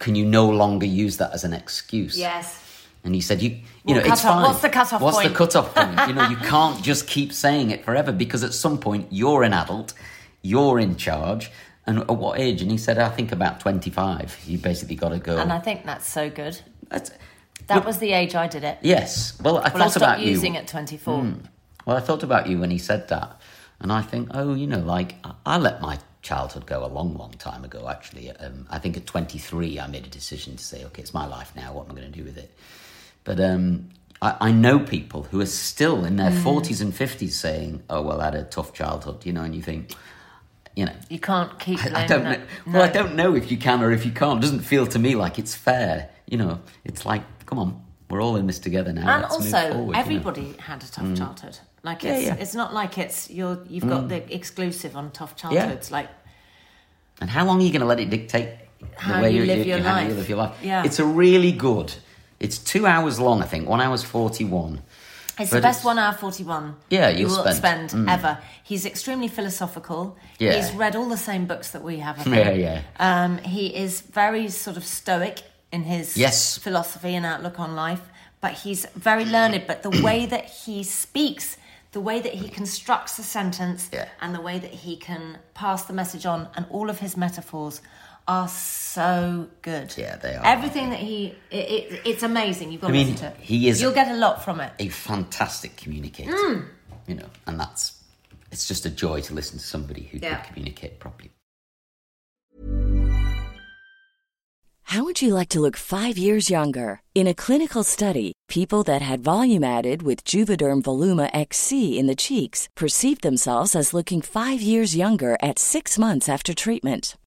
Speaker 2: can you no longer use that as an excuse?
Speaker 3: yes.
Speaker 2: And he said, you, you
Speaker 3: What
Speaker 2: know, it's
Speaker 3: cut-off-
Speaker 2: fine.
Speaker 3: what's the cut-off
Speaker 2: What's
Speaker 3: point?
Speaker 2: the cut-off point? you know, you can't just keep saying it forever because at some point you're an adult, you're in charge. And at what age? And he said, I think about 25. You basically got to go.
Speaker 3: And I think that's so good.
Speaker 2: That's-
Speaker 3: That was the age I did it.
Speaker 2: yes. Well, I
Speaker 3: Well, I
Speaker 2: thought about
Speaker 3: stopped using
Speaker 2: you. Hmm.
Speaker 3: at 24.
Speaker 2: Well, I thought about you when he said that, and I think, oh, you know, like I, I let my childhood go a long, long time ago. Actually, um, I think at twenty three, I made a decision to say, okay, it's my life now. What am I going to do with it? But um, I, I know people who are still in their
Speaker 3: Mm.
Speaker 2: forties and fifties saying, oh, well, I had a tough childhood, you know, and you think, you know,
Speaker 3: You can't keep blaming
Speaker 2: I don't know.
Speaker 3: that.
Speaker 2: Well, I don't know if you can or if you can't. It doesn't feel to me like it's fair. You know, it's like, come on, we're all in this together now.
Speaker 3: And
Speaker 2: Let's move
Speaker 3: also,
Speaker 2: forward, you know.
Speaker 3: everybody had a tough childhood. Like it's,
Speaker 2: yeah. Mm.
Speaker 3: it's not like it's you're you've got the exclusive on tough childhoods. Like
Speaker 2: And how long are you going to let it dictate the
Speaker 3: How
Speaker 2: way
Speaker 3: you
Speaker 2: you're-
Speaker 3: live
Speaker 2: you're-
Speaker 3: your
Speaker 2: how you
Speaker 3: life.
Speaker 2: live your life?
Speaker 3: Yeah.
Speaker 2: It's a really good. It's two hours long, I think. One hour's forty-one.
Speaker 3: it's
Speaker 2: But
Speaker 3: the best
Speaker 2: it's-
Speaker 3: one hour forty one.
Speaker 2: Yeah,
Speaker 3: you
Speaker 2: you'll
Speaker 3: will
Speaker 2: spend. Mm.
Speaker 3: spend, ever. He's extremely philosophical.
Speaker 2: Yeah.
Speaker 3: he's read all the same books that we have. I think.
Speaker 2: Yeah, yeah.
Speaker 3: Um, he is very sort of stoic in his
Speaker 2: Yes.
Speaker 3: philosophy and outlook on life, but he's very learned. But the way that he speaks, the way that he constructs a sentence,
Speaker 2: Yeah.
Speaker 3: and the way that he can pass the message on, and all of his metaphors are so good.
Speaker 2: Yeah, they are.
Speaker 3: Everything that he, it, it, it's amazing. You've
Speaker 2: I
Speaker 3: got to
Speaker 2: mean,
Speaker 3: listen to it.
Speaker 2: he is-
Speaker 3: You'll get a lot from it. Mm.
Speaker 2: A fantastic communicator.
Speaker 3: Hmm.
Speaker 2: You know, and that's. It's just a joy to listen to somebody who
Speaker 3: Yeah.
Speaker 2: can communicate properly.
Speaker 4: How would you like to look five years younger? In a clinical study, people that had volume added with Juvederm Voluma XC in the cheeks perceived themselves as looking five years younger at six months after treatment.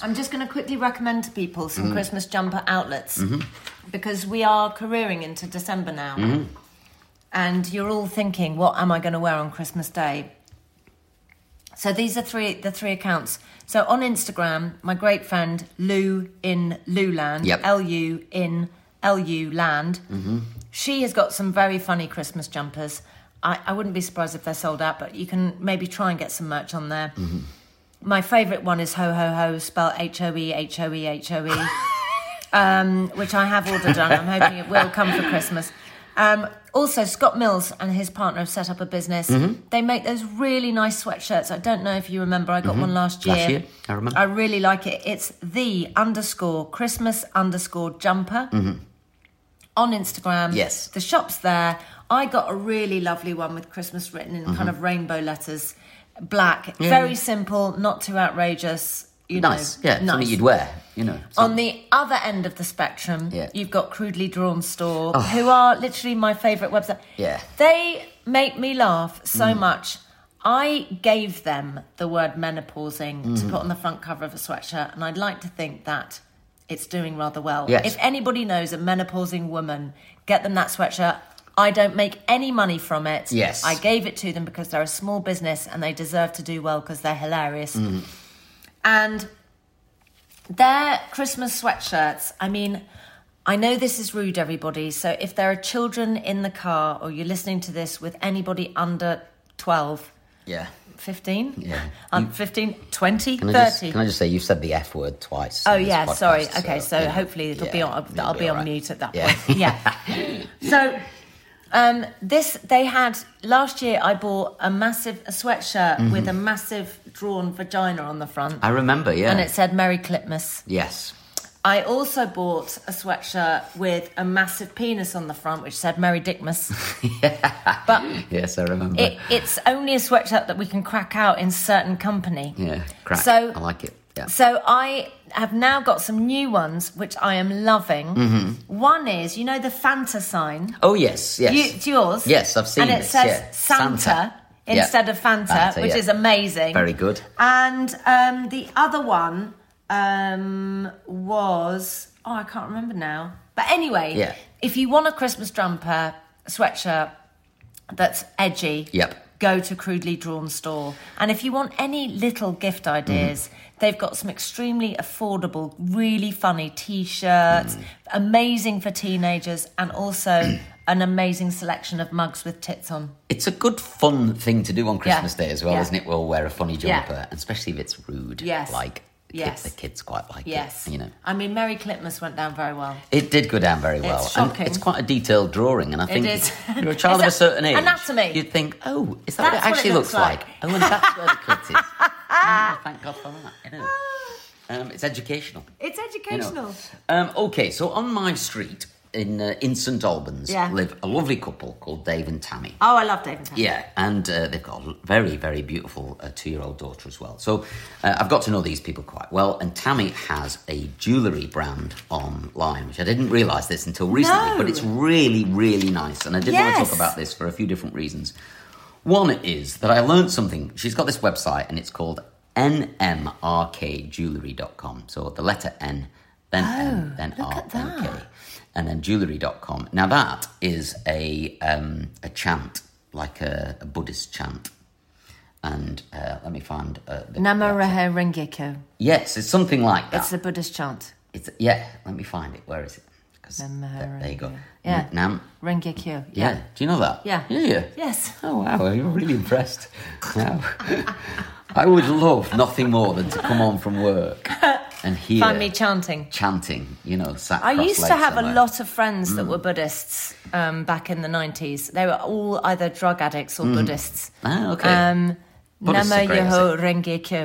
Speaker 3: I'm just going to quickly recommend to people some Christmas jumper outlets because we are careering into December now. And you're all thinking, what am I going to wear on Christmas Day? So these are three the three accounts. So on Instagram, my great friend Lou in Luland,
Speaker 2: Yep.
Speaker 3: L-U in L-U land. She has got some very funny Christmas jumpers. I, I wouldn't be surprised if they're sold out, but you can maybe try and get some merch on there. My favourite one is Ho Ho Ho, spelled H O E H O E H O E, um, which I have ordered and I'm hoping it will come for Christmas. Um, also, Scott Mills and his partner have set up a business.
Speaker 2: Mm-hmm.
Speaker 3: They make those really nice sweatshirts. I don't know if you remember, I got one last year.
Speaker 2: Mm-hmm. Last year, I remember.
Speaker 3: I really like it. It's the underscore Christmas underscore jumper on Instagram.
Speaker 2: Yes.
Speaker 3: The shop's there. I got a really lovely one with Christmas written in
Speaker 2: Mm-hmm.
Speaker 3: kind of rainbow letters, black, very simple, not too outrageous. You
Speaker 2: nice.
Speaker 3: know,
Speaker 2: yeah, something you'd wear, you know. So-
Speaker 3: on the other end of the spectrum,
Speaker 2: Yeah. Oh.
Speaker 3: you've got Crudely Drawn Store, who are literally my favourite website.
Speaker 2: Yeah.
Speaker 3: They make me laugh so much. I gave them the word menopausing to put on the front cover of a sweatshirt, and I'd like to think that it's doing rather well.
Speaker 2: Yes.
Speaker 3: If anybody knows a menopausing woman, get them that sweatshirt. I don't make any money from it.
Speaker 2: Yes.
Speaker 3: I gave it to them because they're a small business and they deserve to do well because they're hilarious.
Speaker 2: Mm.
Speaker 3: And their Christmas sweatshirts, I mean, I know this is rude, everybody. So if there are children in the car or you're listening to this with anybody under 12,
Speaker 2: yeah.
Speaker 3: 15?
Speaker 2: Yeah.
Speaker 3: Um, 15, 20,
Speaker 2: Can
Speaker 3: 30.
Speaker 2: I, just, can I just say, you've said the F word twice.
Speaker 3: Oh
Speaker 2: in this
Speaker 3: yeah,
Speaker 2: podcast,
Speaker 3: sorry. Okay, so,
Speaker 2: you know,
Speaker 3: hopefully it'll
Speaker 2: yeah,
Speaker 3: be on.
Speaker 2: you'll
Speaker 3: I'll be on
Speaker 2: alright.
Speaker 3: mute at that
Speaker 2: Yeah.
Speaker 3: point. Yeah. so, um, this they had last year. I bought a massive a sweatshirt with a massive drawn vagina on the front,
Speaker 2: Mm-hmm. I remember, yeah.
Speaker 3: and it said "Merry Clipmas."
Speaker 2: Yes.
Speaker 3: I also bought a sweatshirt with a massive penis on the front, which said "Merry Dickmas." But
Speaker 2: Yes, I remember.
Speaker 3: it, it's only a sweatshirt that we can crack out in certain company.
Speaker 2: yeah, crack.
Speaker 3: So-
Speaker 2: I like it. Yeah.
Speaker 3: So I have now got some new ones which I am loving. One is, you know, the Fanta sign.
Speaker 2: oh, yes, Mm-hmm. yes.
Speaker 3: You, it's yours.
Speaker 2: Yes, I've seen
Speaker 3: And it
Speaker 2: this,
Speaker 3: says
Speaker 2: yeah.
Speaker 3: Santa,
Speaker 2: Santa. Yeah.
Speaker 3: instead of Fanta,
Speaker 2: Fanta,
Speaker 3: which
Speaker 2: yeah.
Speaker 3: is amazing.
Speaker 2: Very good.
Speaker 3: And um, the other one um, was oh, I can't remember now. But anyway,
Speaker 2: Yeah.
Speaker 3: if you want a Christmas jumper sweatshirt that's edgy,
Speaker 2: Yep.
Speaker 3: go to Crudely Drawn Store. And if you want any little gift ideas,
Speaker 2: Mm-hmm.
Speaker 3: they've got some extremely affordable, really funny T-shirts,
Speaker 2: Mm.
Speaker 3: amazing for teenagers, and also an amazing selection of mugs with tits on.
Speaker 2: It's a good, fun thing to do on Christmas Day as well,
Speaker 3: yeah.
Speaker 2: isn't it? We'll wear a funny
Speaker 3: Yeah.
Speaker 2: jumper, especially if it's rude.
Speaker 3: Yes.
Speaker 2: Like, the kid-
Speaker 3: Yes.
Speaker 2: the kids quite like
Speaker 3: Yes,
Speaker 2: it. You know.
Speaker 3: I mean, Merry Clitmas went down very well.
Speaker 2: It did go down very well. And
Speaker 3: shocking.
Speaker 2: it's quite a detailed drawing, and I think
Speaker 3: is.
Speaker 2: you're a child of a
Speaker 3: It's a-
Speaker 2: certain age.
Speaker 3: anatomy.
Speaker 2: You'd think, oh, is that
Speaker 3: That's
Speaker 2: what it
Speaker 3: what it
Speaker 2: actually
Speaker 3: looks
Speaker 2: looks, like?
Speaker 3: like.
Speaker 2: Oh, and that's where the cut is. Mm, thank God for that. you know. Um, it's educational.
Speaker 3: It's
Speaker 2: you know.
Speaker 3: educational.
Speaker 2: Um, okay, so on my street in uh, in St Albans
Speaker 3: Yeah.
Speaker 2: live a lovely couple called Dave and Tammy.
Speaker 3: Oh, I love David. Tennant.
Speaker 2: Yeah, and uh, they've got a very, very beautiful uh, two year old daughter as well. So uh, I've got to know these people quite well. And Tammy has a jewellery brand online, which I didn't realise this until recently,
Speaker 3: No.
Speaker 2: but it's really, really nice. And I did want to
Speaker 3: Yes.
Speaker 2: talk about this for a few different reasons. One is that I learned something. She's got this website, and it's called nmrkjewellery.com. So the letter N, then M, then R, then K and then jewellery.com. Now, that is a, um, a chant, like a, a Buddhist chant. And uh, let me find. Uh, the,
Speaker 3: Namareho Rengeko.
Speaker 2: yes, it's something like that.
Speaker 3: It's the Buddhist chant.
Speaker 2: It's- yeah, let me find it. Where is it? 'Cause there, there you go.
Speaker 3: Yeah.
Speaker 2: Nam.
Speaker 3: Rengekyo.
Speaker 2: Yeah. Do you know that?
Speaker 3: Yeah.
Speaker 2: Yeah. yeah.
Speaker 3: Yes.
Speaker 2: Oh, wow. I'm really impressed. Wow. I would love nothing more than to come home from work and hear
Speaker 3: Find me chanting.
Speaker 2: chanting, you know, sat
Speaker 3: I used to
Speaker 2: cross-legged
Speaker 3: have a
Speaker 2: somewhere.
Speaker 3: lot of friends
Speaker 2: Mm.
Speaker 3: that were Buddhists um, back in the 90s. They were all either drug addicts or Buddhists.
Speaker 2: Ah, okay.
Speaker 3: Um,
Speaker 2: Buddhists
Speaker 3: Nama
Speaker 2: are great,
Speaker 3: Yoho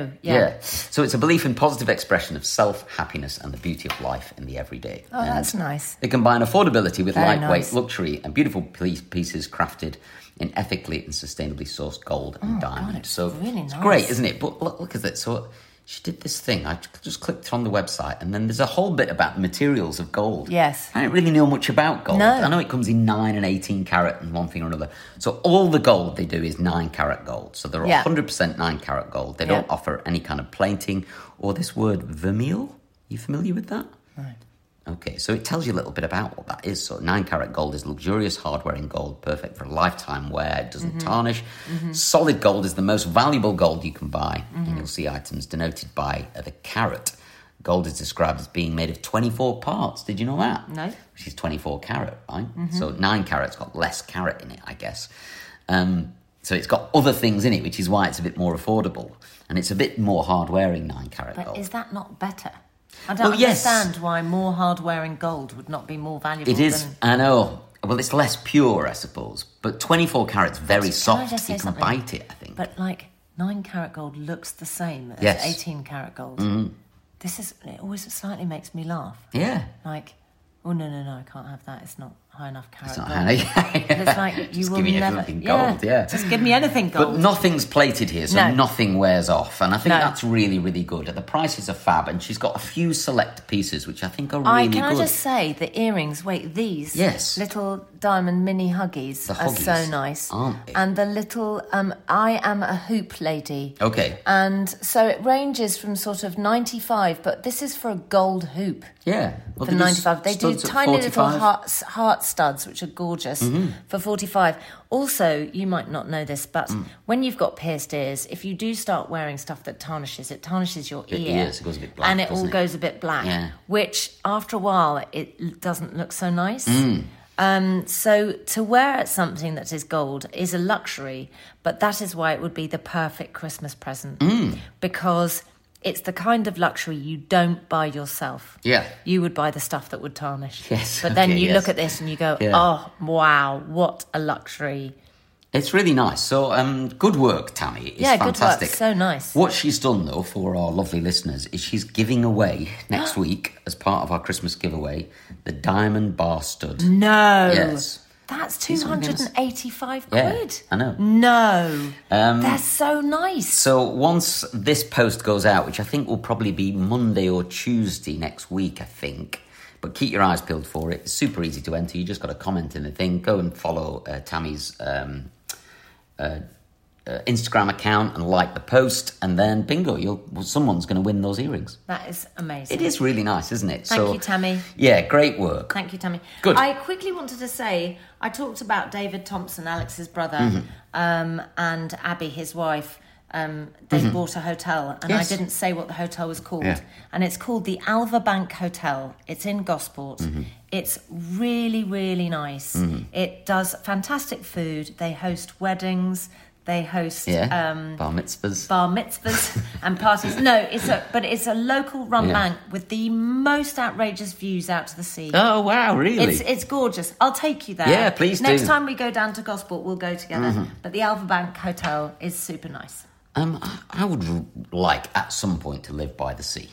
Speaker 3: Rengekyo.
Speaker 2: Yeah.
Speaker 3: Yeah.
Speaker 2: So it's a belief in positive expression of self, happiness, and the beauty of life in the everyday.
Speaker 3: Oh, that's nice.
Speaker 2: They combine affordability with
Speaker 3: Very
Speaker 2: lightweight
Speaker 3: nice.
Speaker 2: luxury and beautiful piece, pieces crafted in ethically and sustainably sourced gold and diamond. so
Speaker 3: Oh, really
Speaker 2: it's
Speaker 3: nice.
Speaker 2: great, isn't it? But look, look at it. So she did this thing. I just clicked on the website, and then there's a whole bit about materials of gold.
Speaker 3: Yes.
Speaker 2: I don't really know much about gold.
Speaker 3: No.
Speaker 2: I know it comes in 9 and 18 carat and one thing or another. So all the gold they do is 9 carat gold. So they're
Speaker 3: Yeah.
Speaker 2: 100% 9 carat gold. They don't
Speaker 3: Yeah.
Speaker 2: offer any kind of plating or this word vermeil. You familiar with that? Okay, so it tells you a little bit about what that is. So, nine carat gold is luxurious hardware in gold, perfect for lifetime wear, it
Speaker 3: Mm-hmm.
Speaker 2: doesn't tarnish. Solid gold is the most valuable gold you can buy, and you'll see items denoted by uh, the carat. Gold is described as being made of 24 parts. Did you know that?
Speaker 3: No. Mm-hmm.
Speaker 2: Which is 24 carat, right? So, nine carat's got less carat in it, I guess. Um, so, it's got other things in it, which is why it's a bit more affordable, and it's a bit more hard wearing, nine carat
Speaker 3: But
Speaker 2: gold.
Speaker 3: is that not better? I don't
Speaker 2: Oh. Well, yes.
Speaker 3: understand why more hard wearing gold would not be more valuable
Speaker 2: It is.
Speaker 3: than.
Speaker 2: I know. Well, it's less pure, I suppose. But 24 carats, very
Speaker 3: Can I
Speaker 2: soft.
Speaker 3: just say
Speaker 2: you can
Speaker 3: something?
Speaker 2: bite it, I think.
Speaker 3: But like nine carat gold looks the same as
Speaker 2: Yes. Mm-hmm.
Speaker 3: eighteen carat gold. This is it always slightly makes me laugh.
Speaker 2: yeah.
Speaker 3: Like, oh no no no, I can't have that. It's not high enough carat
Speaker 2: It's not
Speaker 3: gold.
Speaker 2: high. Yeah.
Speaker 3: It's like you
Speaker 2: Just
Speaker 3: will
Speaker 2: give me
Speaker 3: never
Speaker 2: everything gold, yeah.
Speaker 3: Just give me anything gold.
Speaker 2: But nothing's plated here, so
Speaker 3: No.
Speaker 2: nothing wears off. And I think
Speaker 3: No.
Speaker 2: that's really, really good. The prices are fab, and she's got a few select pieces, which I think are really
Speaker 3: I
Speaker 2: good.
Speaker 3: can I just say the earrings. Wait, these
Speaker 2: Yes.
Speaker 3: little diamond mini huggies
Speaker 2: The
Speaker 3: are so
Speaker 2: huggies,
Speaker 3: nice,
Speaker 2: aren't they?
Speaker 3: And the little um, I am a hoop lady.
Speaker 2: Okay.
Speaker 3: And so it ranges from sort of 95, but this is for a gold hoop
Speaker 2: Yeah. Well,
Speaker 3: for
Speaker 2: they do
Speaker 3: 95. They do
Speaker 2: studs at
Speaker 3: tiny little
Speaker 2: 45.
Speaker 3: heart, heart studs, which are gorgeous,
Speaker 2: Mm-hmm.
Speaker 3: for 45. Also, you might not know this, but
Speaker 2: Mm.
Speaker 3: when you've got pierced ears, if you do start wearing stuff that tarnishes, it tarnishes your
Speaker 2: Your
Speaker 3: ear.
Speaker 2: ears, it goes a bit black,
Speaker 3: And it all
Speaker 2: doesn't it?
Speaker 3: goes a bit black,
Speaker 2: Yeah.
Speaker 3: which after a while, it l- doesn't look so nice.
Speaker 2: Mm.
Speaker 3: Um, so to wear something that is gold is a luxury, but that is why it would be the perfect Christmas present
Speaker 2: Mm.
Speaker 3: because it's the kind of luxury you don't buy yourself
Speaker 2: Yeah.
Speaker 3: you would buy the stuff that would tarnish.
Speaker 2: Yes,
Speaker 3: But then
Speaker 2: okay,
Speaker 3: you
Speaker 2: yes.
Speaker 3: look at this and you go,
Speaker 2: Yeah.
Speaker 3: oh, wow, what a luxury.
Speaker 2: It's really nice. So, um, good work, Tammy. It's
Speaker 3: yeah, good
Speaker 2: fantastic.
Speaker 3: work. So nice.
Speaker 2: What she's done, though, for our lovely listeners, is she's giving away next week, as part of our Christmas giveaway, the diamond bar stud.
Speaker 3: No.
Speaker 2: Yes.
Speaker 3: That's
Speaker 2: are nice.
Speaker 3: 285
Speaker 2: Yeah,
Speaker 3: quid.
Speaker 2: I know.
Speaker 3: No. They're so nice.
Speaker 2: So once this post goes out, which I think will probably be Monday or Tuesday next week, I think. But keep your eyes peeled for it. It's super easy to enter. You just got to comment in the thing. Go and follow uh, Tammy's um, uh, uh, Instagram account and like the post, and then bingo, you'll well, someone's going to win those earrings.
Speaker 3: That is amazing.
Speaker 2: It is really nice, isn't it?
Speaker 3: Thank you, Tammy.
Speaker 2: Yeah, great work.
Speaker 3: Thank you, Tammy.
Speaker 2: Good.
Speaker 3: I quickly wanted to say I talked about David Thompson, Alex's brother,
Speaker 2: Mm-hmm.
Speaker 3: um, and Abby, his wife. Um, they bought a hotel, and
Speaker 2: Mm-hmm. Yes.
Speaker 3: I didn't say what the hotel was called.
Speaker 2: Yeah.
Speaker 3: And it's called the Alva Bank Hotel. It's in Gosport.
Speaker 2: Mm-hmm.
Speaker 3: It's really, really nice. It does fantastic food. They host weddings. They host
Speaker 2: Yeah,
Speaker 3: um,
Speaker 2: bar mitzvahs.
Speaker 3: bar mitzvahs and parties. No, it's a but it's a local run
Speaker 2: Yeah.
Speaker 3: bank with the most outrageous views out to the sea.
Speaker 2: oh wow, really?
Speaker 3: It's it's gorgeous. I'll take you there.
Speaker 2: Yeah, please do. Mm-hmm.
Speaker 3: Next time we go down to Gosport, we'll go together. But the Alva Bank Hotel is super nice.
Speaker 2: um, I, I would r- like at some point to live by the sea.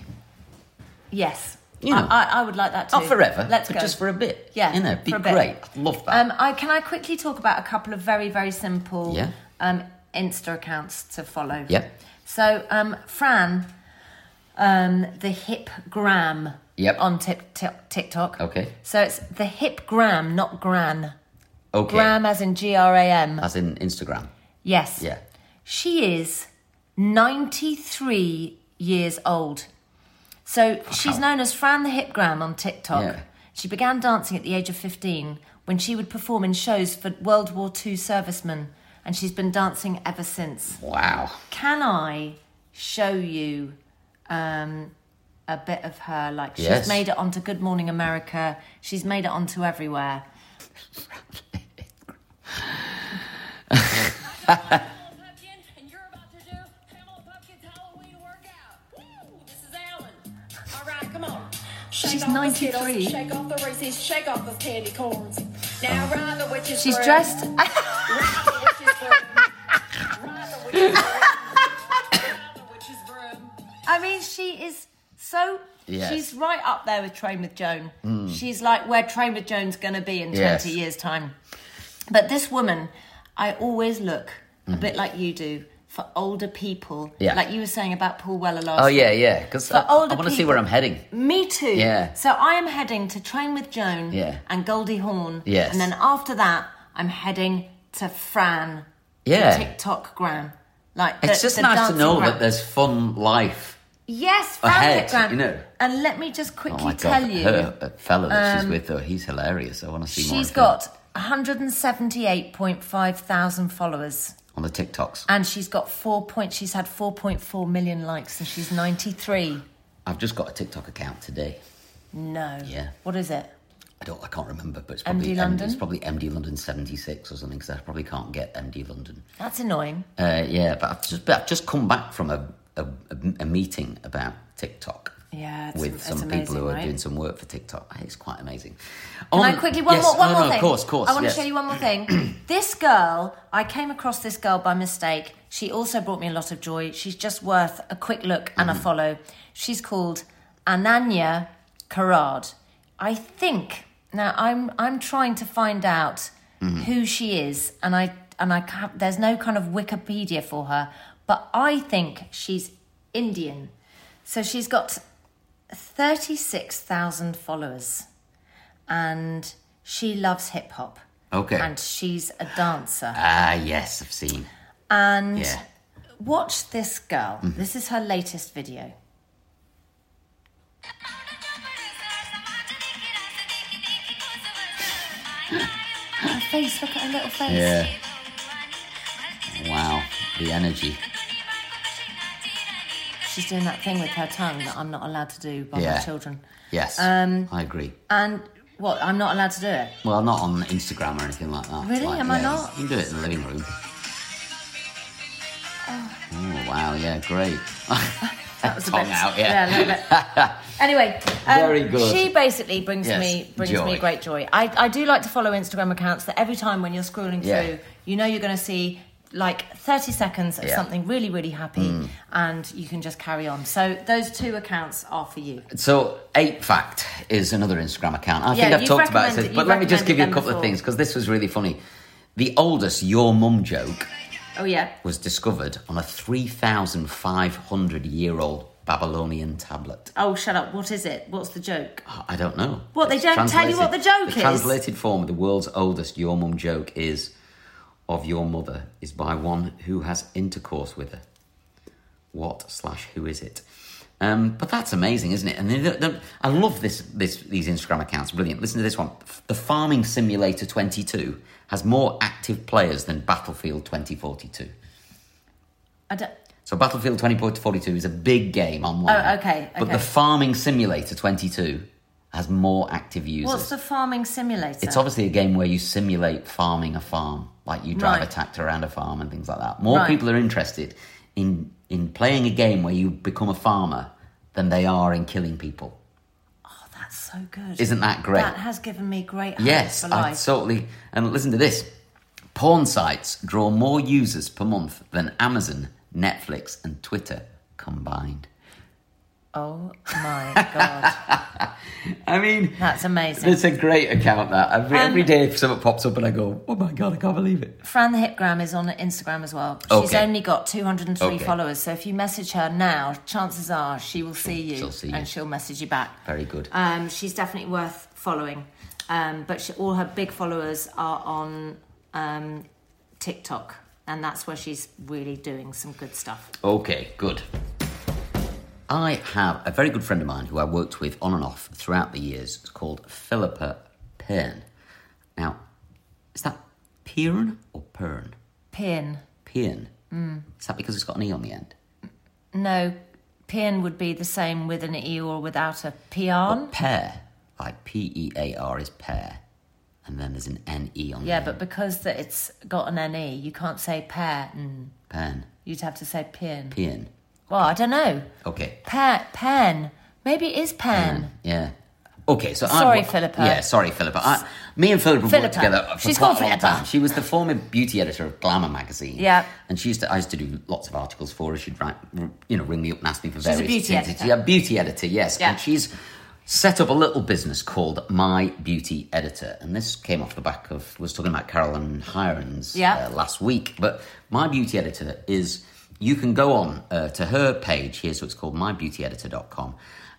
Speaker 3: Yes,
Speaker 2: You know.
Speaker 3: I, I, I would like that too.
Speaker 2: Not Oh, forever.
Speaker 3: Let's
Speaker 2: but
Speaker 3: go.
Speaker 2: just for a bit.
Speaker 3: Yeah,
Speaker 2: you know, it'd be
Speaker 3: for a bit.
Speaker 2: great. I'd love that.
Speaker 3: Um, I can I quickly talk about a couple of very very simple
Speaker 2: Yeah.
Speaker 3: um, Insta accounts to follow.
Speaker 2: Yep.
Speaker 3: So um, Fran, um, the hip gram.
Speaker 2: Yep.
Speaker 3: On tip, tip, TikTok.
Speaker 2: Okay.
Speaker 3: So it's the hip gram, not gran.
Speaker 2: okay,
Speaker 3: Gram as in G R A M.
Speaker 2: as in Instagram.
Speaker 3: Yes.
Speaker 2: Yeah.
Speaker 3: She is 93 years old. So she's known as Fran the Hipgram on TikTok.
Speaker 2: Yeah.
Speaker 3: She began dancing at the age of 15 when she would perform in shows for World War II servicemen, and she's been dancing ever since.
Speaker 2: Wow.
Speaker 3: Can I show you um, a bit of her? Like, she's
Speaker 2: Yes.
Speaker 3: made it onto Good Morning America, she's made it onto everywhere.
Speaker 5: Pamela Pupkin, and you're about to do Pamela Pupkin's Halloween workout. Woo! This is Alan. All right, come on. Shake
Speaker 3: She's
Speaker 5: off the
Speaker 3: 93.
Speaker 5: Skittles, Shake off the Reese's, shake off those candy corns. Now ride the witch's
Speaker 3: Oh. She's
Speaker 5: broom.
Speaker 3: dressed.
Speaker 5: Ride the witch's broom. Ride the witch's broom. Ride the witch's broom.
Speaker 3: I mean, she is so.
Speaker 2: Yes. Mm.
Speaker 3: She's right up there with Train with Joan. She's like where Train with Joan's going to be in 20
Speaker 2: Yes.
Speaker 3: years' time. But this woman, I always look a bit like you do for older people.
Speaker 2: Mm-hmm. Yeah.
Speaker 3: Like you were saying about Paul Weller last
Speaker 2: Oh yeah, yeah. Because I,
Speaker 3: older
Speaker 2: want to see where I'm
Speaker 3: people-
Speaker 2: heading.
Speaker 3: me too.
Speaker 2: Yeah.
Speaker 3: So I am heading to train with Joan
Speaker 2: Yeah.
Speaker 3: and Goldie Hawn.
Speaker 2: Yes.
Speaker 3: And then after that, I'm heading to Fran.
Speaker 2: Yeah.
Speaker 3: TikTok gram. Like the-
Speaker 2: It's just
Speaker 3: the
Speaker 2: nice to
Speaker 3: dancing
Speaker 2: know
Speaker 3: gram.
Speaker 2: that there's fun life
Speaker 3: yes, Fran
Speaker 2: ahead.
Speaker 3: TikTok gram.
Speaker 2: You know.
Speaker 3: And let me just quickly
Speaker 2: Oh my
Speaker 3: tell
Speaker 2: god,
Speaker 3: you, Um,
Speaker 2: her uh, fellow that she's with, though, he's hilarious. I want to see more.
Speaker 3: she's
Speaker 2: of him
Speaker 3: got 178.5 thousand followers,
Speaker 2: on the TikToks.
Speaker 3: and she's got four point. She's had 4.4 million likes, and she's 93.
Speaker 2: I've just got a TikTok account today.
Speaker 3: No.
Speaker 2: Yeah.
Speaker 3: What is it?
Speaker 2: I don't, I can't remember, but it's probably
Speaker 3: MD London?
Speaker 2: It's probably MD London seventy six or something because I probably can't get MD London.
Speaker 3: That's annoying.
Speaker 2: Uh, yeah, but I've just but I've just come back from a a, a, a meeting about TikTok.
Speaker 3: Yeah, it's-
Speaker 2: with
Speaker 3: it's
Speaker 2: some people
Speaker 3: amazing,
Speaker 2: who are
Speaker 3: right?
Speaker 2: doing some work for TikTok. It's quite amazing.
Speaker 3: Can I quickly one more one
Speaker 2: oh,
Speaker 3: more
Speaker 2: no,
Speaker 3: thing?
Speaker 2: Of course, of course.
Speaker 3: I want
Speaker 2: yes.
Speaker 3: to show you one more thing. this girl, I came across this girl by mistake. She also brought me a lot of joy. She's just worth a quick look and
Speaker 2: Mm-hmm.
Speaker 3: a follow. She's called Ananya Karad. I think now I'm I'm trying to find out
Speaker 2: Mm-hmm.
Speaker 3: who she is, and I and I can't, there's no kind of Wikipedia for her, but I think she's Indian. So she's got 36,000 followers and she loves hip hop.
Speaker 2: Okay.
Speaker 3: And she's a dancer.
Speaker 2: Ah, yes, I've seen.
Speaker 3: and
Speaker 2: Yeah.
Speaker 3: watch this girl.
Speaker 2: Mm-hmm.
Speaker 3: This is her latest video. Her face, look at her little face.
Speaker 2: Yeah. Wow, the energy.
Speaker 3: She's doing that thing with her tongue that I'm not allowed to do by my
Speaker 2: Yeah.
Speaker 3: children.
Speaker 2: Yes,
Speaker 3: Um,
Speaker 2: I agree.
Speaker 3: And what? I'm not allowed to do it.
Speaker 2: Well, not on Instagram or anything like that.
Speaker 3: Really?
Speaker 2: Like,
Speaker 3: Am I
Speaker 2: yeah,
Speaker 3: not?
Speaker 2: You can do it in the living room. Oh, wow, yeah, great.
Speaker 3: That was a
Speaker 2: Tongue
Speaker 3: bit
Speaker 2: out, yeah.
Speaker 3: a little bit. Anyway, um,
Speaker 2: Very good.
Speaker 3: She basically brings
Speaker 2: Yes,
Speaker 3: me brings me
Speaker 2: joy.
Speaker 3: great joy. I, I do like to follow Instagram accounts that every time when you're scrolling
Speaker 2: Yeah.
Speaker 3: through, you know you're going to see like 30 seconds of
Speaker 2: Yeah. Mm.
Speaker 3: something really really happy, and you can just carry on. So those two accounts are for you.
Speaker 2: So, Ape Fact is another Instagram account. I
Speaker 3: Yeah,
Speaker 2: think I've
Speaker 3: you've
Speaker 2: talked about it,
Speaker 3: recommended-
Speaker 2: since, but
Speaker 3: you've
Speaker 2: let me just give you a
Speaker 3: recommended them
Speaker 2: couple of
Speaker 3: before.
Speaker 2: things because this was really funny. The oldest "your mum" joke
Speaker 3: Oh yeah,
Speaker 2: was discovered on a 3,500 year old Babylonian tablet.
Speaker 3: oh shut up. What is it? What's the joke?
Speaker 2: I don't know.
Speaker 3: What, they
Speaker 2: It's
Speaker 3: don't tell you what the
Speaker 2: translated-
Speaker 3: joke
Speaker 2: the
Speaker 3: is?
Speaker 2: translated form of the world's oldest your mum joke is of your mother is by one who has intercourse with her. What slash who is it? Um, but that's amazing, isn't it? And they don't- don't- I love this, this these Instagram accounts. Brilliant. Listen to this one. The Farming Simulator 22 has more active players than Battlefield 2042.
Speaker 3: I don't.
Speaker 2: So Battlefield 2042 is a big game online.
Speaker 3: Oh, okay,
Speaker 2: But
Speaker 3: okay.
Speaker 2: the Farming Simulator 22 has more active users.
Speaker 3: What's the farming simulator?
Speaker 2: It's obviously a game where you simulate farming a farm, like you drive
Speaker 3: Right.
Speaker 2: a tractor around a farm and things like that. More
Speaker 3: Right.
Speaker 2: people are interested in in playing a game where you become a farmer than they are in killing people.
Speaker 3: oh, that's so good.
Speaker 2: Isn't that great?
Speaker 3: That has given me great hope
Speaker 2: Yes,
Speaker 3: for
Speaker 2: I
Speaker 3: life.
Speaker 2: totally. And listen to this: porn sites draw more users per month than Amazon, Netflix, and Twitter combined.
Speaker 3: oh my god,
Speaker 2: I mean,
Speaker 3: that's amazing.
Speaker 2: it's a great account. That every, every day, if something pops up, and I go, "Oh my god, I can't believe it."
Speaker 3: Fran the Hipgram is on Instagram as well. She's
Speaker 2: Okay.
Speaker 3: only got 203
Speaker 2: Okay.
Speaker 3: followers, so if you message her now, chances are she will see you
Speaker 2: she'll see
Speaker 3: and
Speaker 2: you.
Speaker 3: she'll message you back.
Speaker 2: Very good.
Speaker 3: Um, she's definitely worth following, um, but she, all her big followers are on um, TikTok, and that's where she's really doing some good stuff.
Speaker 2: Okay, good. I have a very good friend of mine who I worked with on and off throughout the years. It's called Philippa Pern. Now, is that Pern or Pern?
Speaker 3: Pin,
Speaker 2: Pern. Mm. Is that because it's got an E on the end?
Speaker 3: no, pin would be the same with an e or without a pian.
Speaker 2: Pear, like P E A R, is pear. And then there's an N E on
Speaker 3: Yeah,
Speaker 2: the
Speaker 3: but because that it's got an ne, you can't say pear.
Speaker 2: end.
Speaker 3: You'd have to say pin.
Speaker 2: Pern. Pern.
Speaker 3: Well, I don't know.
Speaker 2: Okay.
Speaker 3: Pen, pen. Maybe it is pen.
Speaker 2: Yeah. Okay, so
Speaker 3: Sorry,
Speaker 2: I,
Speaker 3: Philippa.
Speaker 2: Yeah, sorry, Philippa. I, me and Philippa,
Speaker 3: Philippa.
Speaker 2: worked together. For
Speaker 3: She's
Speaker 2: quite
Speaker 3: called
Speaker 2: a long
Speaker 3: Philippa.
Speaker 2: Time. She was the former beauty editor of Glamour magazine.
Speaker 3: Yeah.
Speaker 2: and she used to. I used to do lots of articles for her. She'd write, you know, ring me up and ask me for
Speaker 3: a
Speaker 2: various
Speaker 3: beauty
Speaker 2: things.
Speaker 3: editor.
Speaker 2: Yeah, beauty editor. Yes,
Speaker 3: Yeah.
Speaker 2: and she's set up a little business called My Beauty Editor, and this came off the back of was talking about Carolyn Hirons
Speaker 3: Yeah.
Speaker 2: uh, last week. But My Beauty Editor is you can go on uh, to her page here, so it's called mybeautyeditor.com,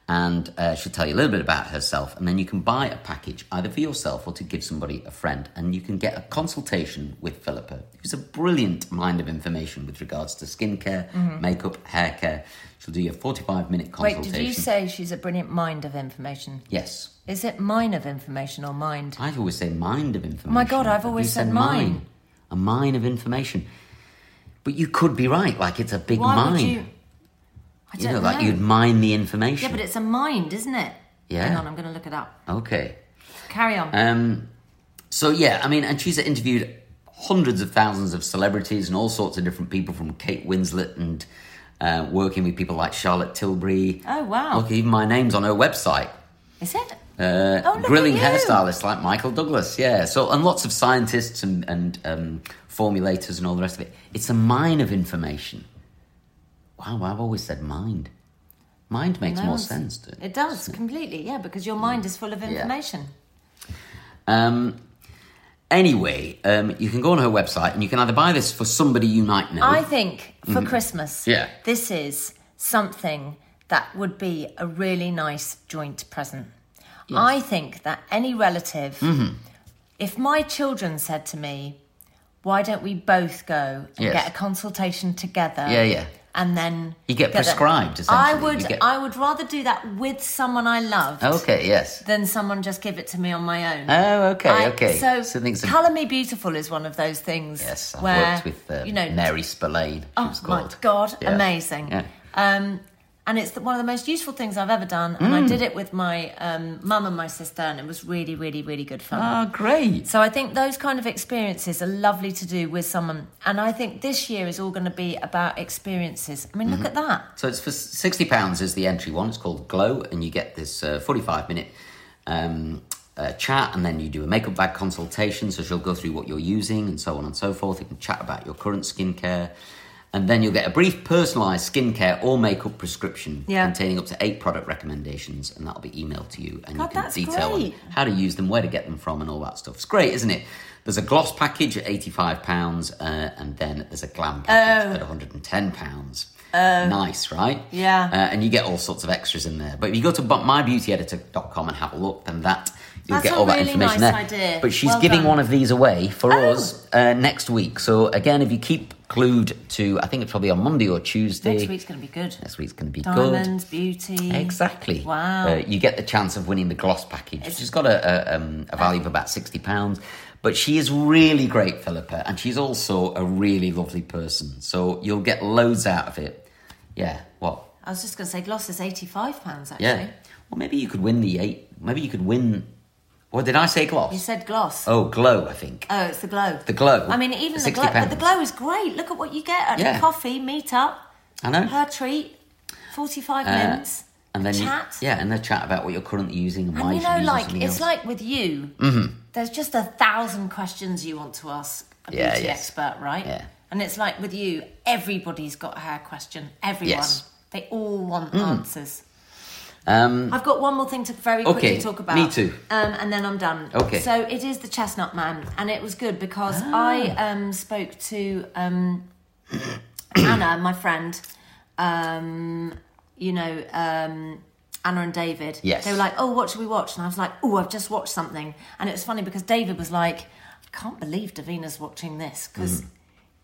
Speaker 2: and uh, she'll tell you a little bit about herself, and then you can buy a package either for yourself or to give somebody a friend, and you can get a consultation with Philippa, who's a brilliant mind of information with regards to skincare, makeup, hair care. She'll do your 45 minute
Speaker 3: Mm-hmm. Wait,
Speaker 2: consultation.
Speaker 3: did you say she's a brilliant mind of information?
Speaker 2: Yes.
Speaker 3: Is it mine of information or mind?
Speaker 2: I always say mind of information.
Speaker 3: My God, I've
Speaker 2: Have
Speaker 3: always
Speaker 2: you
Speaker 3: said
Speaker 2: mine.
Speaker 3: mine.
Speaker 2: A mine of information. But you could be right. Like it's a big
Speaker 3: Why
Speaker 2: mine.
Speaker 3: would you? I
Speaker 2: You
Speaker 3: don't
Speaker 2: know,
Speaker 3: know.
Speaker 2: like you'd mine the information.
Speaker 3: Yeah, but it's a mind, isn't it?
Speaker 2: Yeah.
Speaker 3: Hang on, I'm going to look it up.
Speaker 2: okay.
Speaker 3: Carry on.
Speaker 2: Um, so yeah, I mean, and she's interviewed hundreds of thousands of celebrities and all sorts of different people, from Kate Winslet and uh, working with people like Charlotte Tilbury.
Speaker 3: Oh, wow.
Speaker 2: Look, even my name's on her website.
Speaker 3: Is it?
Speaker 2: Uh,
Speaker 3: Oh, look at
Speaker 2: grilling
Speaker 3: you.
Speaker 2: hairstylists like Michael Douglas, yeah. So, and lots of scientists and, and um, formulators and all the rest of it. It's a mine of information. Wow, I've always said mind. Mind makes more
Speaker 3: Mounds.
Speaker 2: sense. doesn't
Speaker 3: It does completely, yeah, because your mind is full of information.
Speaker 2: Um, anyway, um, you can go on her website and you can either buy this for somebody you might know.
Speaker 3: I think for Christmas,
Speaker 2: Mm-hmm. Yeah.
Speaker 3: this is something that would be a really nice joint present. I think that any relative,
Speaker 2: Mm-hmm.
Speaker 3: if my children said to me, "Why don't we both go and
Speaker 2: Yes.
Speaker 3: get a consultation together?"
Speaker 2: Yeah, yeah.
Speaker 3: and then
Speaker 2: You get
Speaker 3: that-
Speaker 2: prescribed,
Speaker 3: I
Speaker 2: essentially.
Speaker 3: would,
Speaker 2: You get-
Speaker 3: I would rather do that with someone I love
Speaker 2: Okay, yes.
Speaker 3: than someone just give it to me on my own.
Speaker 2: Oh, okay,
Speaker 3: I-
Speaker 2: okay.
Speaker 3: So,
Speaker 2: I think some-
Speaker 3: Colour Me Beautiful is one of those things.
Speaker 2: Yes, I've
Speaker 3: where,
Speaker 2: worked with um,
Speaker 3: you know,
Speaker 2: Mary Spillane. She
Speaker 3: Oh
Speaker 2: was
Speaker 3: my
Speaker 2: called.
Speaker 3: god,
Speaker 2: Yeah.
Speaker 3: amazing!
Speaker 2: Yeah.
Speaker 3: Um, and it's the, one of the most useful things I've ever done, and
Speaker 2: Mm.
Speaker 3: I did it with my um, mum and my sister, and it was really, really, really good fun.
Speaker 2: Oh, great.
Speaker 3: so I think those kind of experiences are lovely to do with someone, and I think this year is all going to be about experiences. I mean, look at
Speaker 2: Mm-hmm.
Speaker 3: that.
Speaker 2: So it's for sixty pounds is the entry one. It's called Glow, and you get this uh, forty-five minute um, uh, chat, and then you do a makeup bag consultation. So she'll go through what you're using and so on and so forth. You can chat about your current skincare, and then you'll get a brief personalised skincare or makeup prescription
Speaker 3: Yeah.
Speaker 2: containing up to eight product recommendations, and that'll be emailed to you, and
Speaker 3: God,
Speaker 2: you can
Speaker 3: that's
Speaker 2: detail on
Speaker 3: great.
Speaker 2: how to use them, where to get them from, and all that stuff. It's great, isn't it? There's a gloss package at eighty-five pounds, uh, and then there's a glam
Speaker 3: Oh.
Speaker 2: package at one hundred and ten pounds. nice, right?
Speaker 3: Yeah.
Speaker 2: Uh, and you get all sorts of extras in there. But if you go to bu- mybeautyeditor.com and have a look, then that you'll
Speaker 3: That's
Speaker 2: get
Speaker 3: a
Speaker 2: all that
Speaker 3: really
Speaker 2: information
Speaker 3: nice
Speaker 2: there.
Speaker 3: idea.
Speaker 2: But she's
Speaker 3: Well
Speaker 2: giving
Speaker 3: done. Oh.
Speaker 2: one of these away for us uh, next week. So again, if you keep clued to, I think it's probably on Monday or Tuesday.
Speaker 3: Next week's going to be good.
Speaker 2: Next week's going to be good.
Speaker 3: Diamonds, beauty,
Speaker 2: Exactly.
Speaker 3: Wow.
Speaker 2: Uh, you get the chance of winning the gloss package, which has got a, a, um, a value of about sixty pounds. But she is really great, Philippa, and she's also a really lovely person. So you'll get loads out of it. Yeah. What?
Speaker 3: I was just going to say, gloss is eighty-five pounds actually.
Speaker 2: Yeah. Well, maybe you could win the eight. Maybe you could win. What did I say? Gloss.
Speaker 3: You said gloss.
Speaker 2: oh, glow. I think.
Speaker 3: Oh, it's the glow.
Speaker 2: The glow.
Speaker 3: I mean, even the
Speaker 2: Sixty
Speaker 3: glow, but the
Speaker 2: pounds.
Speaker 3: glow is great. Look at what you get at
Speaker 2: Yeah.
Speaker 3: your coffee meet up,
Speaker 2: I know.
Speaker 3: her treat, forty-five
Speaker 2: Uh,
Speaker 3: minutes,
Speaker 2: and then you-
Speaker 3: chat.
Speaker 2: yeah, and then chat about what you're currently using and why
Speaker 3: and you
Speaker 2: should
Speaker 3: know,
Speaker 2: use
Speaker 3: like
Speaker 2: something
Speaker 3: it's
Speaker 2: else. Mm-hmm.
Speaker 3: like with you, there's just a thousand questions you want to ask a
Speaker 2: Yeah,
Speaker 3: beauty
Speaker 2: yes.
Speaker 3: expert, right?
Speaker 2: Yeah.
Speaker 3: And it's like with you, everybody's got a hair question. Everyone,
Speaker 2: Yes. Mm.
Speaker 3: they all want answers.
Speaker 2: um,
Speaker 3: I've got one more thing to very quickly
Speaker 2: Okay,
Speaker 3: talk about.
Speaker 2: me too.
Speaker 3: Um, and then I'm done.
Speaker 2: Okay. Ah.
Speaker 3: So it is the Chestnut Man, and it was good because I um, spoke to um, Anna, my friend. Um, you know, um, Anna and David.
Speaker 2: Yes.
Speaker 3: They were like, "Oh, what should we watch?" And I was like, "Oh, I've just watched something." And it was funny because David was like, "I can't believe Davina's watching
Speaker 2: Mm.
Speaker 3: this because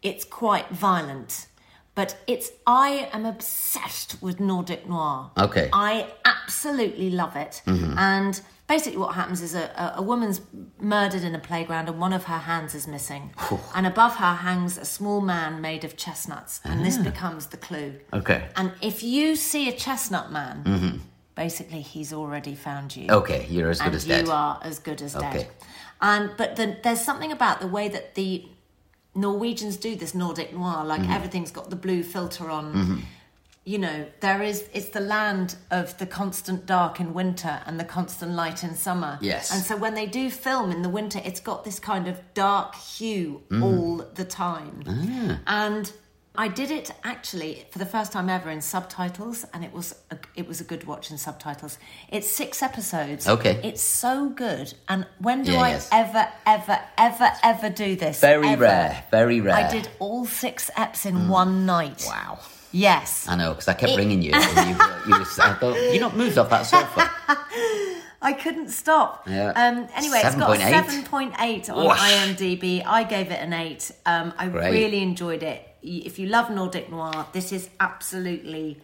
Speaker 3: it's quite violent." But it's I am obsessed with Nordic noir.
Speaker 2: Okay. Mm-hmm.
Speaker 3: I absolutely love it. And basically, what happens is a, a, a woman's murdered in a playground, and one of her hands is missing. and above her hangs a small man made of chestnuts, and this
Speaker 2: Ah.
Speaker 3: becomes the clue.
Speaker 2: okay.
Speaker 3: And if you see a chestnut man, basically he's already found you.
Speaker 2: Okay, you're Mm-hmm. Oh, as good
Speaker 3: and
Speaker 2: as
Speaker 3: you
Speaker 2: dead.
Speaker 3: are as good as
Speaker 2: Okay.
Speaker 3: dead. And but the, there's something about the way that the Norwegians do this Nordic noir,
Speaker 2: Mm-hmm.
Speaker 3: like everything's got the blue filter on. You know, there is it's the land of the constant dark in winter and the constant light in summer.
Speaker 2: Yes.
Speaker 3: And so when they do film in the winter, it's got this kind of dark hue
Speaker 2: Mm.
Speaker 3: all the time.
Speaker 2: Ah.
Speaker 3: And I did it actually for the first time ever in subtitles, and it was a, it was a good watch in subtitles. It's six episodes.
Speaker 2: Okay.
Speaker 3: It's so good. And when do
Speaker 2: Yeah,
Speaker 3: I
Speaker 2: yes.
Speaker 3: ever, ever, ever, ever do this?
Speaker 2: Very
Speaker 3: Ever.
Speaker 2: rare, very rare. Mm.
Speaker 3: I did all six eps in one night.
Speaker 2: Wow.
Speaker 3: Yes.
Speaker 2: I know, because I kept ringing you. And you, were- you was, I thought, you're not moved off that sofa.
Speaker 3: I couldn't stop.
Speaker 2: Yeah.
Speaker 3: Um, anyway, it's got a
Speaker 2: 7.8.
Speaker 3: 7.8 on
Speaker 2: Whoosh.
Speaker 3: IMDb. I gave it an 8. Um, I
Speaker 2: Great.
Speaker 3: really enjoyed it. Y- If you love Nordic noir, this is absolutely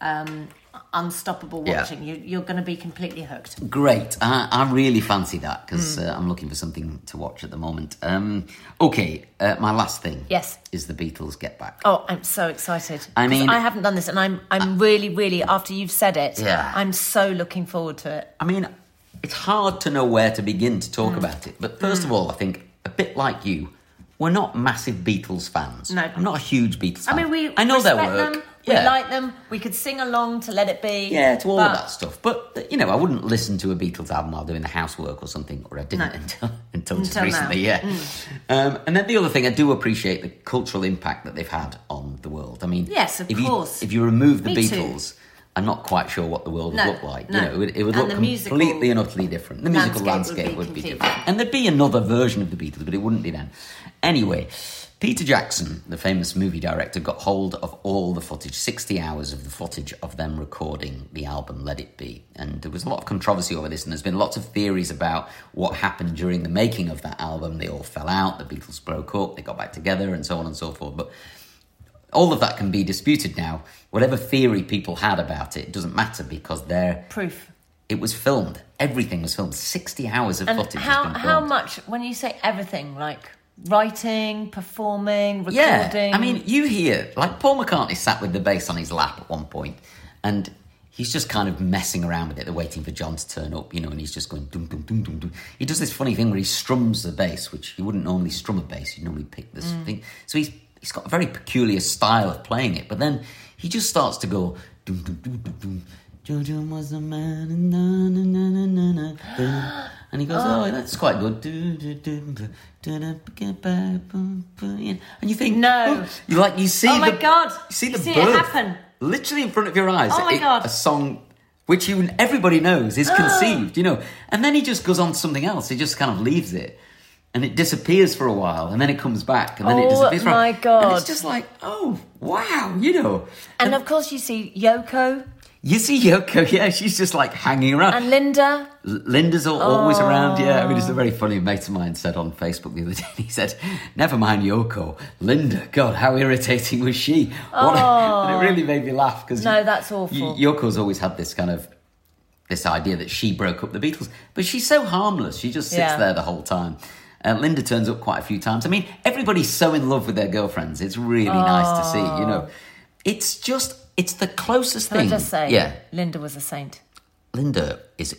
Speaker 3: um, unstoppable
Speaker 2: Yeah.
Speaker 3: watching. You, you're going to be completely hooked.
Speaker 2: Great. I, I really fancy that because uh, I'm looking for something to watch at the moment. Um, okay, uh, my last thing.
Speaker 3: Yes.
Speaker 2: Is the Beatles Get Back.
Speaker 3: Oh, I'm so excited.
Speaker 2: I
Speaker 3: 'Cause
Speaker 2: mean-
Speaker 3: I haven't done this, and I'm I'm really, really after you've said it.
Speaker 2: Yeah.
Speaker 3: I'm so looking forward to it.
Speaker 2: I mean, it's hard to know where to begin to
Speaker 3: Mm.
Speaker 2: talk about it. But first of all, I think, a bit like you, we're not massive Beatles fans.
Speaker 3: No.
Speaker 2: I'm not a huge Beatles
Speaker 3: I
Speaker 2: fan.
Speaker 3: mean, we
Speaker 2: I know their
Speaker 3: respect
Speaker 2: work.
Speaker 3: them. We
Speaker 2: Yeah.
Speaker 3: like them. We could sing along to Let It Be.
Speaker 2: Yeah, to all
Speaker 3: but
Speaker 2: of that stuff. But you know, I wouldn't listen to a Beatles album while doing the housework or something, or I didn't until
Speaker 3: No.
Speaker 2: until just
Speaker 3: Until now. Mm.
Speaker 2: recently. Yeah. Um, and then the other thing, I do appreciate the cultural impact that they've had on the world. I mean,
Speaker 3: Yes, of
Speaker 2: if you-
Speaker 3: course.
Speaker 2: if you remove the
Speaker 3: Me too.
Speaker 2: Beatles. I'm not quite sure what the world
Speaker 3: No,
Speaker 2: would look like.
Speaker 3: no.
Speaker 2: You know, it, would- it would
Speaker 3: And
Speaker 2: look
Speaker 3: the musical
Speaker 2: completely and utterly different. The musical
Speaker 3: landscape
Speaker 2: landscape would
Speaker 3: would be
Speaker 2: be,
Speaker 3: completely
Speaker 2: different, and there'd be another version of the Beatles, but it wouldn't be them. Anyway, Peter Jackson, the famous movie director, got hold of all the footage, 60 hours of the footage of them recording the album Let It Be. And there was a lot of controversy over this, and there's been lots of theories about what happened during the making of that album. They all fell out, the Beatles broke up, they got back together, and so on and so forth. But all of that can be disputed now. Whatever theory people had about it doesn't matter because they're
Speaker 3: Proof.
Speaker 2: it was filmed. Everything was filmed. Sixty hours of
Speaker 3: And
Speaker 2: footage. has
Speaker 3: how
Speaker 2: been
Speaker 3: how
Speaker 2: filmed.
Speaker 3: much when you say everything like writing, performing, recording?
Speaker 2: Yeah, I mean, you hear like Paul McCartney sat with the bass on his lap at one point, and he's just kind of messing around with it. They're waiting for John to turn up, you know, and he's just going dum dum dum dum dum. He does this funny thing where he strums the bass, which you wouldn't normally strum a bass. You'd normally pick this thing. So he's he's got a very peculiar style of playing it. But then he just starts to go dum dum dum dum dum. Jojo was a man, and na na na na na na. And he goes, oh, that's quite good. Do, do, do, do, do, do, get back, boom, boom. And you think,
Speaker 3: No.
Speaker 2: oh, you like you see.
Speaker 3: Oh my
Speaker 2: the-
Speaker 3: God.
Speaker 2: You see the
Speaker 3: You see it
Speaker 2: birth
Speaker 3: happen.
Speaker 2: literally in front of your eyes.
Speaker 3: Oh my
Speaker 2: It-
Speaker 3: God.
Speaker 2: A song which you everybody knows is conceived, you know. And then he just goes on to something else. He just kind of leaves it, and it disappears for a while, and then it comes back, and then
Speaker 3: Oh
Speaker 2: it disappears. for a
Speaker 3: my
Speaker 2: while. And
Speaker 3: God.
Speaker 2: it's just like, oh wow, you know.
Speaker 3: and of course you see Yoko
Speaker 2: You see Yoko, yeah, she's just like hanging around.
Speaker 3: and Linda.
Speaker 2: L- Linda's al always around, yeah. I mean, it's a very funny mate of mine said on Facebook the other day. He said, "Never mind Yoko, Linda. God, how irritating was she?" What a- and it really made me laugh because
Speaker 3: No, that's awful.
Speaker 2: Yoko's always had this kind of this idea that she broke up the Beatles, but she's so harmless. She just sits
Speaker 3: Yeah.
Speaker 2: there the whole time. And Linda turns up quite a few times. I mean, everybody's so in love with their girlfriends. It's really nice to see. You know, it's just it's the closest
Speaker 3: Can
Speaker 2: thing.
Speaker 3: I just say,
Speaker 2: yeah.
Speaker 3: Linda was a saint.
Speaker 2: Linda is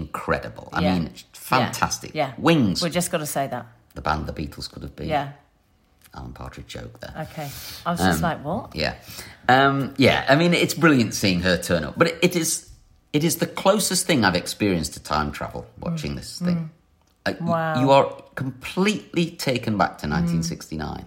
Speaker 2: incredible. I
Speaker 3: Yeah.
Speaker 2: mean, fantastic.
Speaker 3: Yeah. yeah.
Speaker 2: Wings,
Speaker 3: We're just got to say that.
Speaker 2: the band the Beatles could have been.
Speaker 3: Yeah.
Speaker 2: Alan Partridge joke there.
Speaker 3: Okay. I was just like, what?
Speaker 2: Yeah. Um, yeah, I mean, it's brilliant seeing her turn up. But it, it is it is the closest thing I've experienced to time travel watching this thing. Uh, y-
Speaker 3: Mm. Wow. Mm.
Speaker 2: You are completely taken back to 1969.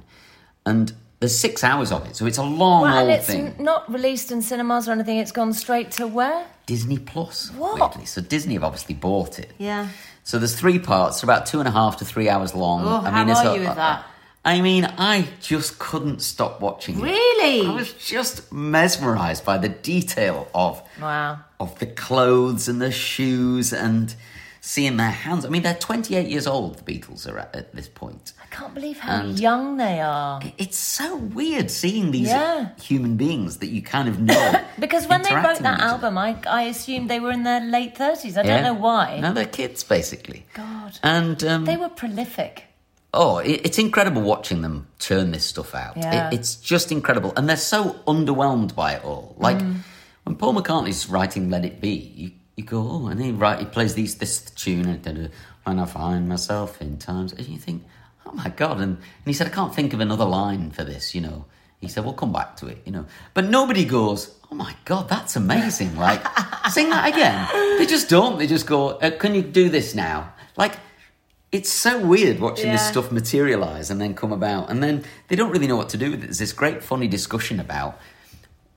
Speaker 2: And there's six hours of it, so it's a long
Speaker 3: Well, and
Speaker 2: old
Speaker 3: it's
Speaker 2: thing.
Speaker 3: n- not released in cinemas or anything. It's gone straight to where?
Speaker 2: Disney Plus.
Speaker 3: What?
Speaker 2: Weirdly. So Disney have obviously bought it.
Speaker 3: Yeah.
Speaker 2: So there's three parts, they're about two and a half to three hours long.
Speaker 3: Oh, how
Speaker 2: it's
Speaker 3: are
Speaker 2: a-
Speaker 3: you with that?
Speaker 2: I mean, I just couldn't stop watching it.
Speaker 3: Really?
Speaker 2: I was just mesmerised by the detail of
Speaker 3: Wow.
Speaker 2: of the clothes and the shoes and seeing their hands. I mean, they're 28 years old. The Beatles are at, at this point.
Speaker 3: I can't believe how young they are.
Speaker 2: It's so weird seeing these
Speaker 3: Yeah.
Speaker 2: human beings that you kind of know.
Speaker 3: Because when they wrote
Speaker 2: interacting
Speaker 3: that
Speaker 2: with each other.
Speaker 3: album, I, I assumed they were in their late 30s. I
Speaker 2: Yeah.
Speaker 3: don't know why.
Speaker 2: No, they're kids basically.
Speaker 3: God.
Speaker 2: And um,
Speaker 3: They were prolific.
Speaker 2: Oh, it, it's incredible watching them turn this stuff out.
Speaker 3: Yeah.
Speaker 2: It, it's just incredible. And they're so underwhelmed by it all. Like when Paul McCartney's writing Let It Be, you, you go, oh, and he, write, he plays these, this tune, and then, uh, when I find myself in times, and you think, oh my God. And, and he said, I can't think of another line for this, you know. He said, we'll come back to it, you know. But nobody goes, oh my God, that's amazing. Like, sing that again. They just don't. They just go, uh, can you do this now? Like, it's so weird watching this
Speaker 3: Yeah.
Speaker 2: stuff materialize and then come about and then they don't really know what to do with it there's this great funny discussion about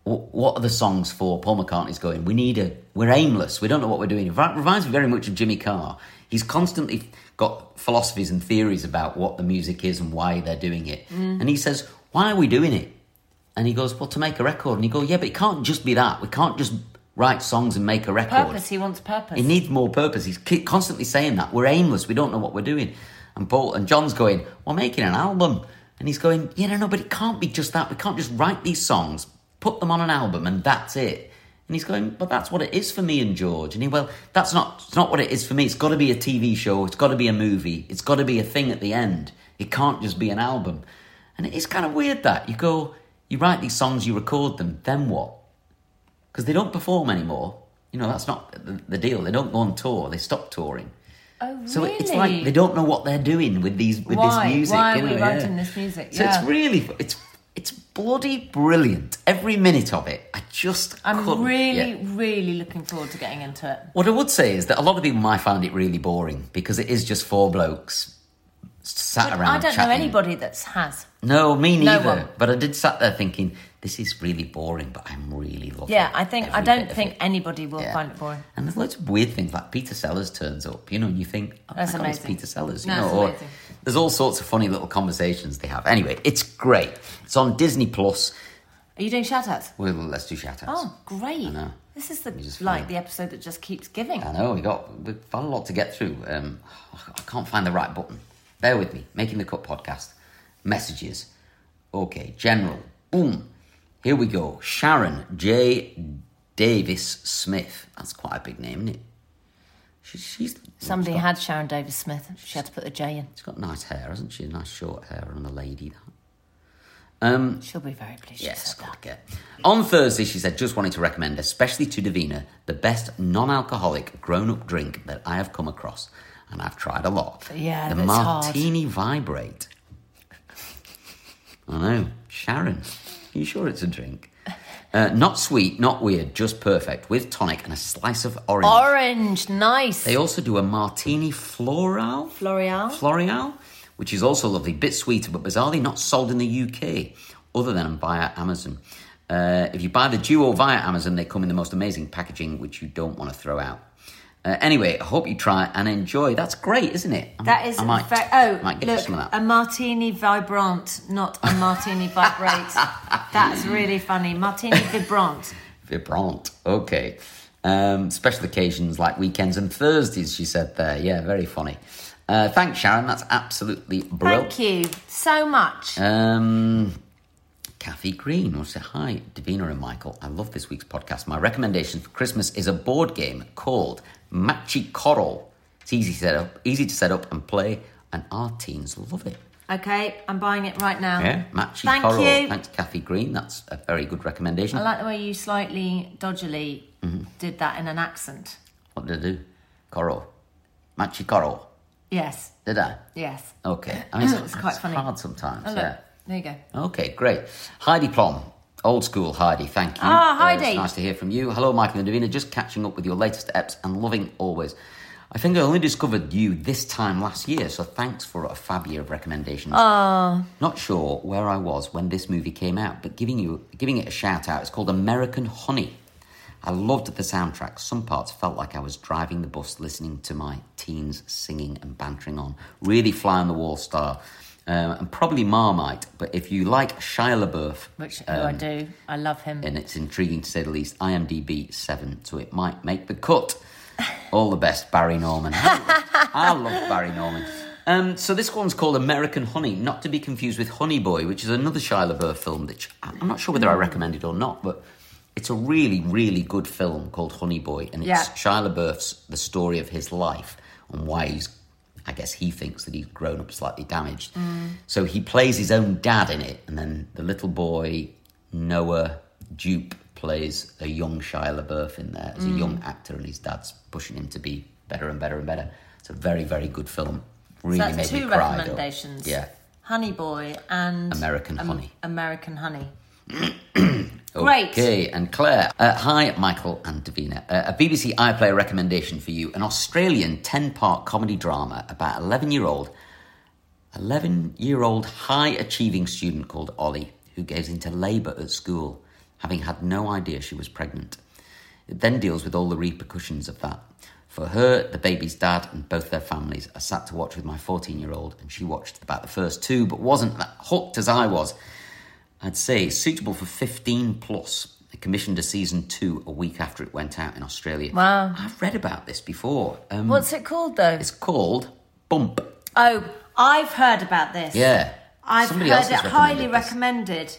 Speaker 2: wh- what are the songs for paul mccartney's going we need a we're aimless we don't know what we're doing it re- reminds me very much of jimmy carr he's constantly got philosophies and theories about what the music is and why they're doing it and he says why are we doing it and he goes well to make a record and he goes yeah but it can't just be that we can't just write songs and make a record
Speaker 3: Purpose. He wants purpose.
Speaker 2: it needs more purpose. He's ki- constantly saying that we're aimless. We don't know what we're doing. And Paul and John's going, "We're making an album," and he's going, "Yeah, no, no, but it can't be just that. We can't just write these songs, put them on an album, and that's it." And he's going, "But that's what it is for me and George." And he, well, that's not. It's not what it is for me. It's got to be a TV show. It's got to be a movie. It's got to be a thing at the end. It can't just be an album. And it is kind of weird that you go, you write these songs, you record them, then what? because they don't perform anymore. You know, that's not the, the deal. They don't go on tour. They stop touring.
Speaker 3: oh, really?
Speaker 2: So it's like they don't know what they're doing with these with
Speaker 3: Why?
Speaker 2: this music.
Speaker 3: Why are
Speaker 2: you
Speaker 3: we
Speaker 2: know, yeah.
Speaker 3: writing this music?
Speaker 2: So
Speaker 3: yeah.
Speaker 2: it's really it's it's bloody brilliant. Every minute of it, I just
Speaker 3: I'm
Speaker 2: couldn't-
Speaker 3: really,
Speaker 2: yeah.
Speaker 3: really looking forward to getting into it.
Speaker 2: What I would say is that a lot of people might find it really boring because it is just four blokes sat
Speaker 3: But
Speaker 2: around.
Speaker 3: I don't know
Speaker 2: chatting.
Speaker 3: anybody that has.
Speaker 2: No, me
Speaker 3: No
Speaker 2: neither.
Speaker 3: one.
Speaker 2: But I did sat there thinking, this is really boring, but I'm really loving.
Speaker 3: Yeah, I think
Speaker 2: every
Speaker 3: I
Speaker 2: bit
Speaker 3: don't
Speaker 2: of
Speaker 3: think
Speaker 2: it.
Speaker 3: anybody will
Speaker 2: Yeah.
Speaker 3: find it boring.
Speaker 2: And there's loads of weird things like Peter Sellers turns up, you know, and you think, oh
Speaker 3: That's
Speaker 2: my God, it's
Speaker 3: amazing.
Speaker 2: Peter Sellers, you
Speaker 3: No,
Speaker 2: know.
Speaker 3: it's
Speaker 2: Or,
Speaker 3: amazing.
Speaker 2: there's all sorts of funny little conversations they have. Anyway, it's great. It's on Disney Plus.
Speaker 3: Are you doing shout outs?
Speaker 2: Well, let's do shout outs.
Speaker 3: Oh, great.
Speaker 2: I know.
Speaker 3: This is the
Speaker 2: just
Speaker 3: like
Speaker 2: find-
Speaker 3: the episode that just keeps giving.
Speaker 2: I know we got we've got a lot to get through. Um, I can't find the right button. Bear with me. Making the cut podcast. Messages. Okay, general. Boom. Here we go. Sharon J. Davis Smith. That's quite a big name, isn't it? She, she's
Speaker 3: Somebody
Speaker 2: she's got,
Speaker 3: had Sharon Davis Smith. She had to put the J in.
Speaker 2: She's got nice hair, hasn't she? Nice short hair and a lady. That.
Speaker 3: She'll be very pleased. she
Speaker 2: Yes,
Speaker 3: said that.
Speaker 2: God, yeah. On Thursday, she said, just wanted to recommend, especially to Davina, the best non alcoholic grown up drink that I have come across. And I've tried a lot.
Speaker 3: Yeah,
Speaker 2: The
Speaker 3: that's hard.
Speaker 2: martini vibrate. I know. Sharon, are you sure it's a drink? Uh, not sweet, not weird, just perfect, with tonic and a slice of orange.
Speaker 3: Orange, nice.
Speaker 2: They also do a martini floral.
Speaker 3: L'Oreal?
Speaker 2: Floreal, which is also lovely, bit sweeter, but bizarrely not sold in the UK other than via Amazon. Uh, if you buy the duo via Amazon, they come in the most amazing packaging, which you don't want to throw out. Uh, anyway, I hope you try and enjoy. That's great, isn't it? I
Speaker 3: That
Speaker 2: might-
Speaker 3: is
Speaker 2: I might,
Speaker 3: ve- oh
Speaker 2: might get
Speaker 3: look
Speaker 2: some of
Speaker 3: a
Speaker 2: that.
Speaker 3: martini vibrant, not a martini vibrate. That's really funny. Martini vibrant.
Speaker 2: Vibrant. Okay. Um, special occasions like weekends and Thursdays, she said there. Yeah, very funny. Uh, thanks, Sharon. That's absolutely brilliant.
Speaker 3: Thank you so much.
Speaker 2: Um, Kathy Green will say, Hi, Davina and Michael. I love this week's podcast. My recommendation for Christmas is a board game called Matchy Coral. It's easy to set up, easy to set up and play, and our teens love it.
Speaker 3: okay, I'm buying it right now.
Speaker 2: Matchy
Speaker 3: Oh, Thank
Speaker 2: Coral.
Speaker 3: you.
Speaker 2: Thanks, Kathy Green. That's a very good recommendation.
Speaker 3: I like the way you slightly dodgily
Speaker 2: Mm-hmm.
Speaker 3: did that in an accent.
Speaker 2: what did I do? Coral. Matchy Coral.
Speaker 3: Yes,
Speaker 2: Did I?
Speaker 3: yes.
Speaker 2: Okay. I mean,
Speaker 3: It's quite funny.
Speaker 2: hard sometimes.
Speaker 3: Oh, look,
Speaker 2: yeah.
Speaker 3: there you go.
Speaker 2: Okay, great. Heidi Plom, old school Heidi, thank you. Uh,
Speaker 3: Ah, Heidi.
Speaker 2: it's nice to hear from you. Hello, Michael and Davina. Just catching up with your latest EPs and loving always. I think I only discovered you this time last year, so thanks for a fab year of recommendations.
Speaker 3: Oh,
Speaker 2: Not sure where I was when this movie came out, but giving you giving it a shout out. It's called American Honey. I loved the soundtrack. Some parts felt like I was driving the bus, listening to my teens singing and bantering on. Really fly on the wall star, um, and probably Marmite. But if you like Shia LaBeouf,
Speaker 3: Which who
Speaker 2: Um,
Speaker 3: I do, I love him.
Speaker 2: and it's intriguing to say the least. IMDb seven, so it might make the cut. All the best, Barry Norman. I love Barry Norman. Um, so this one's called American Honey, not to be confused with Honey Boy, which is another Shia LaBeouf film. Which I- I'm not sure whether I recommended or not, but it's a really, really good film called Honey Boy, and it's
Speaker 3: Yeah.
Speaker 2: Shia LaBeouf's the story of his life and why he's, I guess, he thinks that he's grown up slightly damaged.
Speaker 3: Mm.
Speaker 2: So he plays his own dad in it, and then the little boy Noah Dupe plays a young Shia LaBeouf in there as a
Speaker 3: Mm.
Speaker 2: young actor, and his dad's pushing him to be better and better and better. It's a very, very good film. Really
Speaker 3: That's
Speaker 2: made me
Speaker 3: two
Speaker 2: cry. though.
Speaker 3: recommendations.
Speaker 2: Yeah.
Speaker 3: Honey Boy and
Speaker 2: American Honey. Mm.
Speaker 3: American Honey. Great.
Speaker 2: Okay, and Claire. Uh, hi, Michael and Davina. Uh, a BBC iPlayer recommendation for you an Australian 10 part comedy drama about 11 year old 11 year old high achieving student called Ollie, who goes into labour at school, having had no idea she was pregnant. It then deals with all the repercussions of that. For her, the baby's dad and both their families I sat to watch with my 14 year old, and she watched about the first two, but wasn't that hooked as I was. I'd say it's suitable for 15 plus. I commissioned a season two a week after it went out in Australia.
Speaker 3: Wow.
Speaker 2: I've read about this before. Um,
Speaker 3: What's it called though?
Speaker 2: it's called Bump.
Speaker 3: Oh, I've heard about this.
Speaker 2: Yeah.
Speaker 3: I've
Speaker 2: Somebody
Speaker 3: heard
Speaker 2: else
Speaker 3: it
Speaker 2: has
Speaker 3: highly
Speaker 2: recommended this.
Speaker 3: recommended.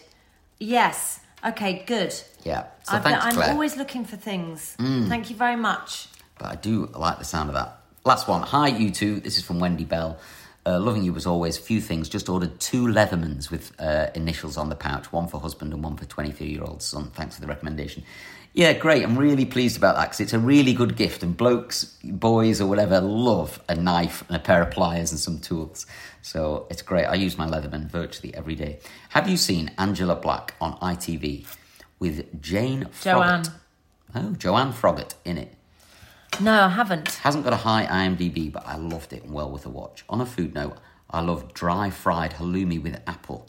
Speaker 3: Yes. Okay, good.
Speaker 2: Yeah. So
Speaker 3: I've,
Speaker 2: thanks,
Speaker 3: I'm
Speaker 2: Claire.
Speaker 3: always looking for things. Thank you very much.
Speaker 2: But I do like the sound of that. Last one. Hi, you two. This is from Wendy Bell. Uh, loving you as always. Few things. Just ordered two Leathermans with uh, initials on the pouch. One for husband and one for 23 year old son. Thanks for the recommendation. Yeah, great. I'm really pleased about that because it's a really good gift, and blokes, boys, or whatever love a knife and a pair of pliers and some tools. So it's great. I use my Leatherman virtually every day. Have you seen Angela Black on ITV with Jane
Speaker 3: Joanne.
Speaker 2: Froggatt? Oh, Joanne Froggatt in it.
Speaker 3: No, I haven't.
Speaker 2: Hasn't got a high IMDb, but I loved it and well worth a watch. On a food note, I love dry fried halloumi with apple.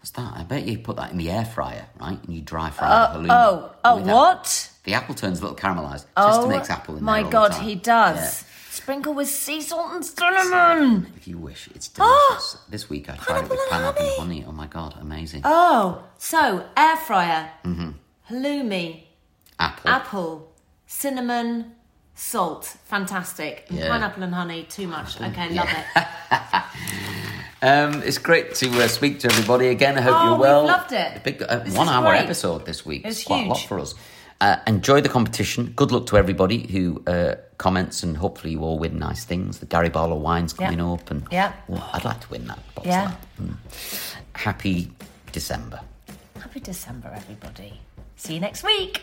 Speaker 2: What's that? I bet you put that in the air fryer, right? And you dry fry the halloumi.
Speaker 3: Oh, oh,
Speaker 2: with apple.
Speaker 3: what?
Speaker 2: The apple turns a little caramelized.
Speaker 3: Oh,
Speaker 2: Chester makes apple in
Speaker 3: my
Speaker 2: there all
Speaker 3: God,
Speaker 2: the time.
Speaker 3: he does.
Speaker 2: Yeah,
Speaker 3: Sprinkle with sea salt and cinnamon.
Speaker 2: if you wish, it's
Speaker 3: Oh,
Speaker 2: delicious. this week I tried it
Speaker 3: pineapple
Speaker 2: with
Speaker 3: and
Speaker 2: pineapple and
Speaker 3: honey.
Speaker 2: honey. Oh my God, amazing.
Speaker 3: Oh, so air fryer, halloumi,
Speaker 2: apple.
Speaker 3: apple, cinnamon, salt. Fantastic. And
Speaker 2: Yeah.
Speaker 3: Pineapple and honey, too much. Okay, love it.
Speaker 2: Um, it's great to uh, speak to everybody again. I hope
Speaker 3: Oh,
Speaker 2: you're
Speaker 3: we've
Speaker 2: well.
Speaker 3: loved it.
Speaker 2: A big uh,
Speaker 3: This is
Speaker 2: one-hour
Speaker 3: great.
Speaker 2: episode this week.
Speaker 3: It's
Speaker 2: quite a lot
Speaker 3: huge.
Speaker 2: for us. Uh, enjoy the competition. Good luck to everybody who uh, comments, and hopefully you all win nice things. The Gary Barlow wine's coming
Speaker 3: Yeah.
Speaker 2: up, and
Speaker 3: Yeah.
Speaker 2: Well, I'd like to win that. Box
Speaker 3: Yeah.
Speaker 2: that. Mm. Happy December.
Speaker 3: Happy December, everybody. See you next week.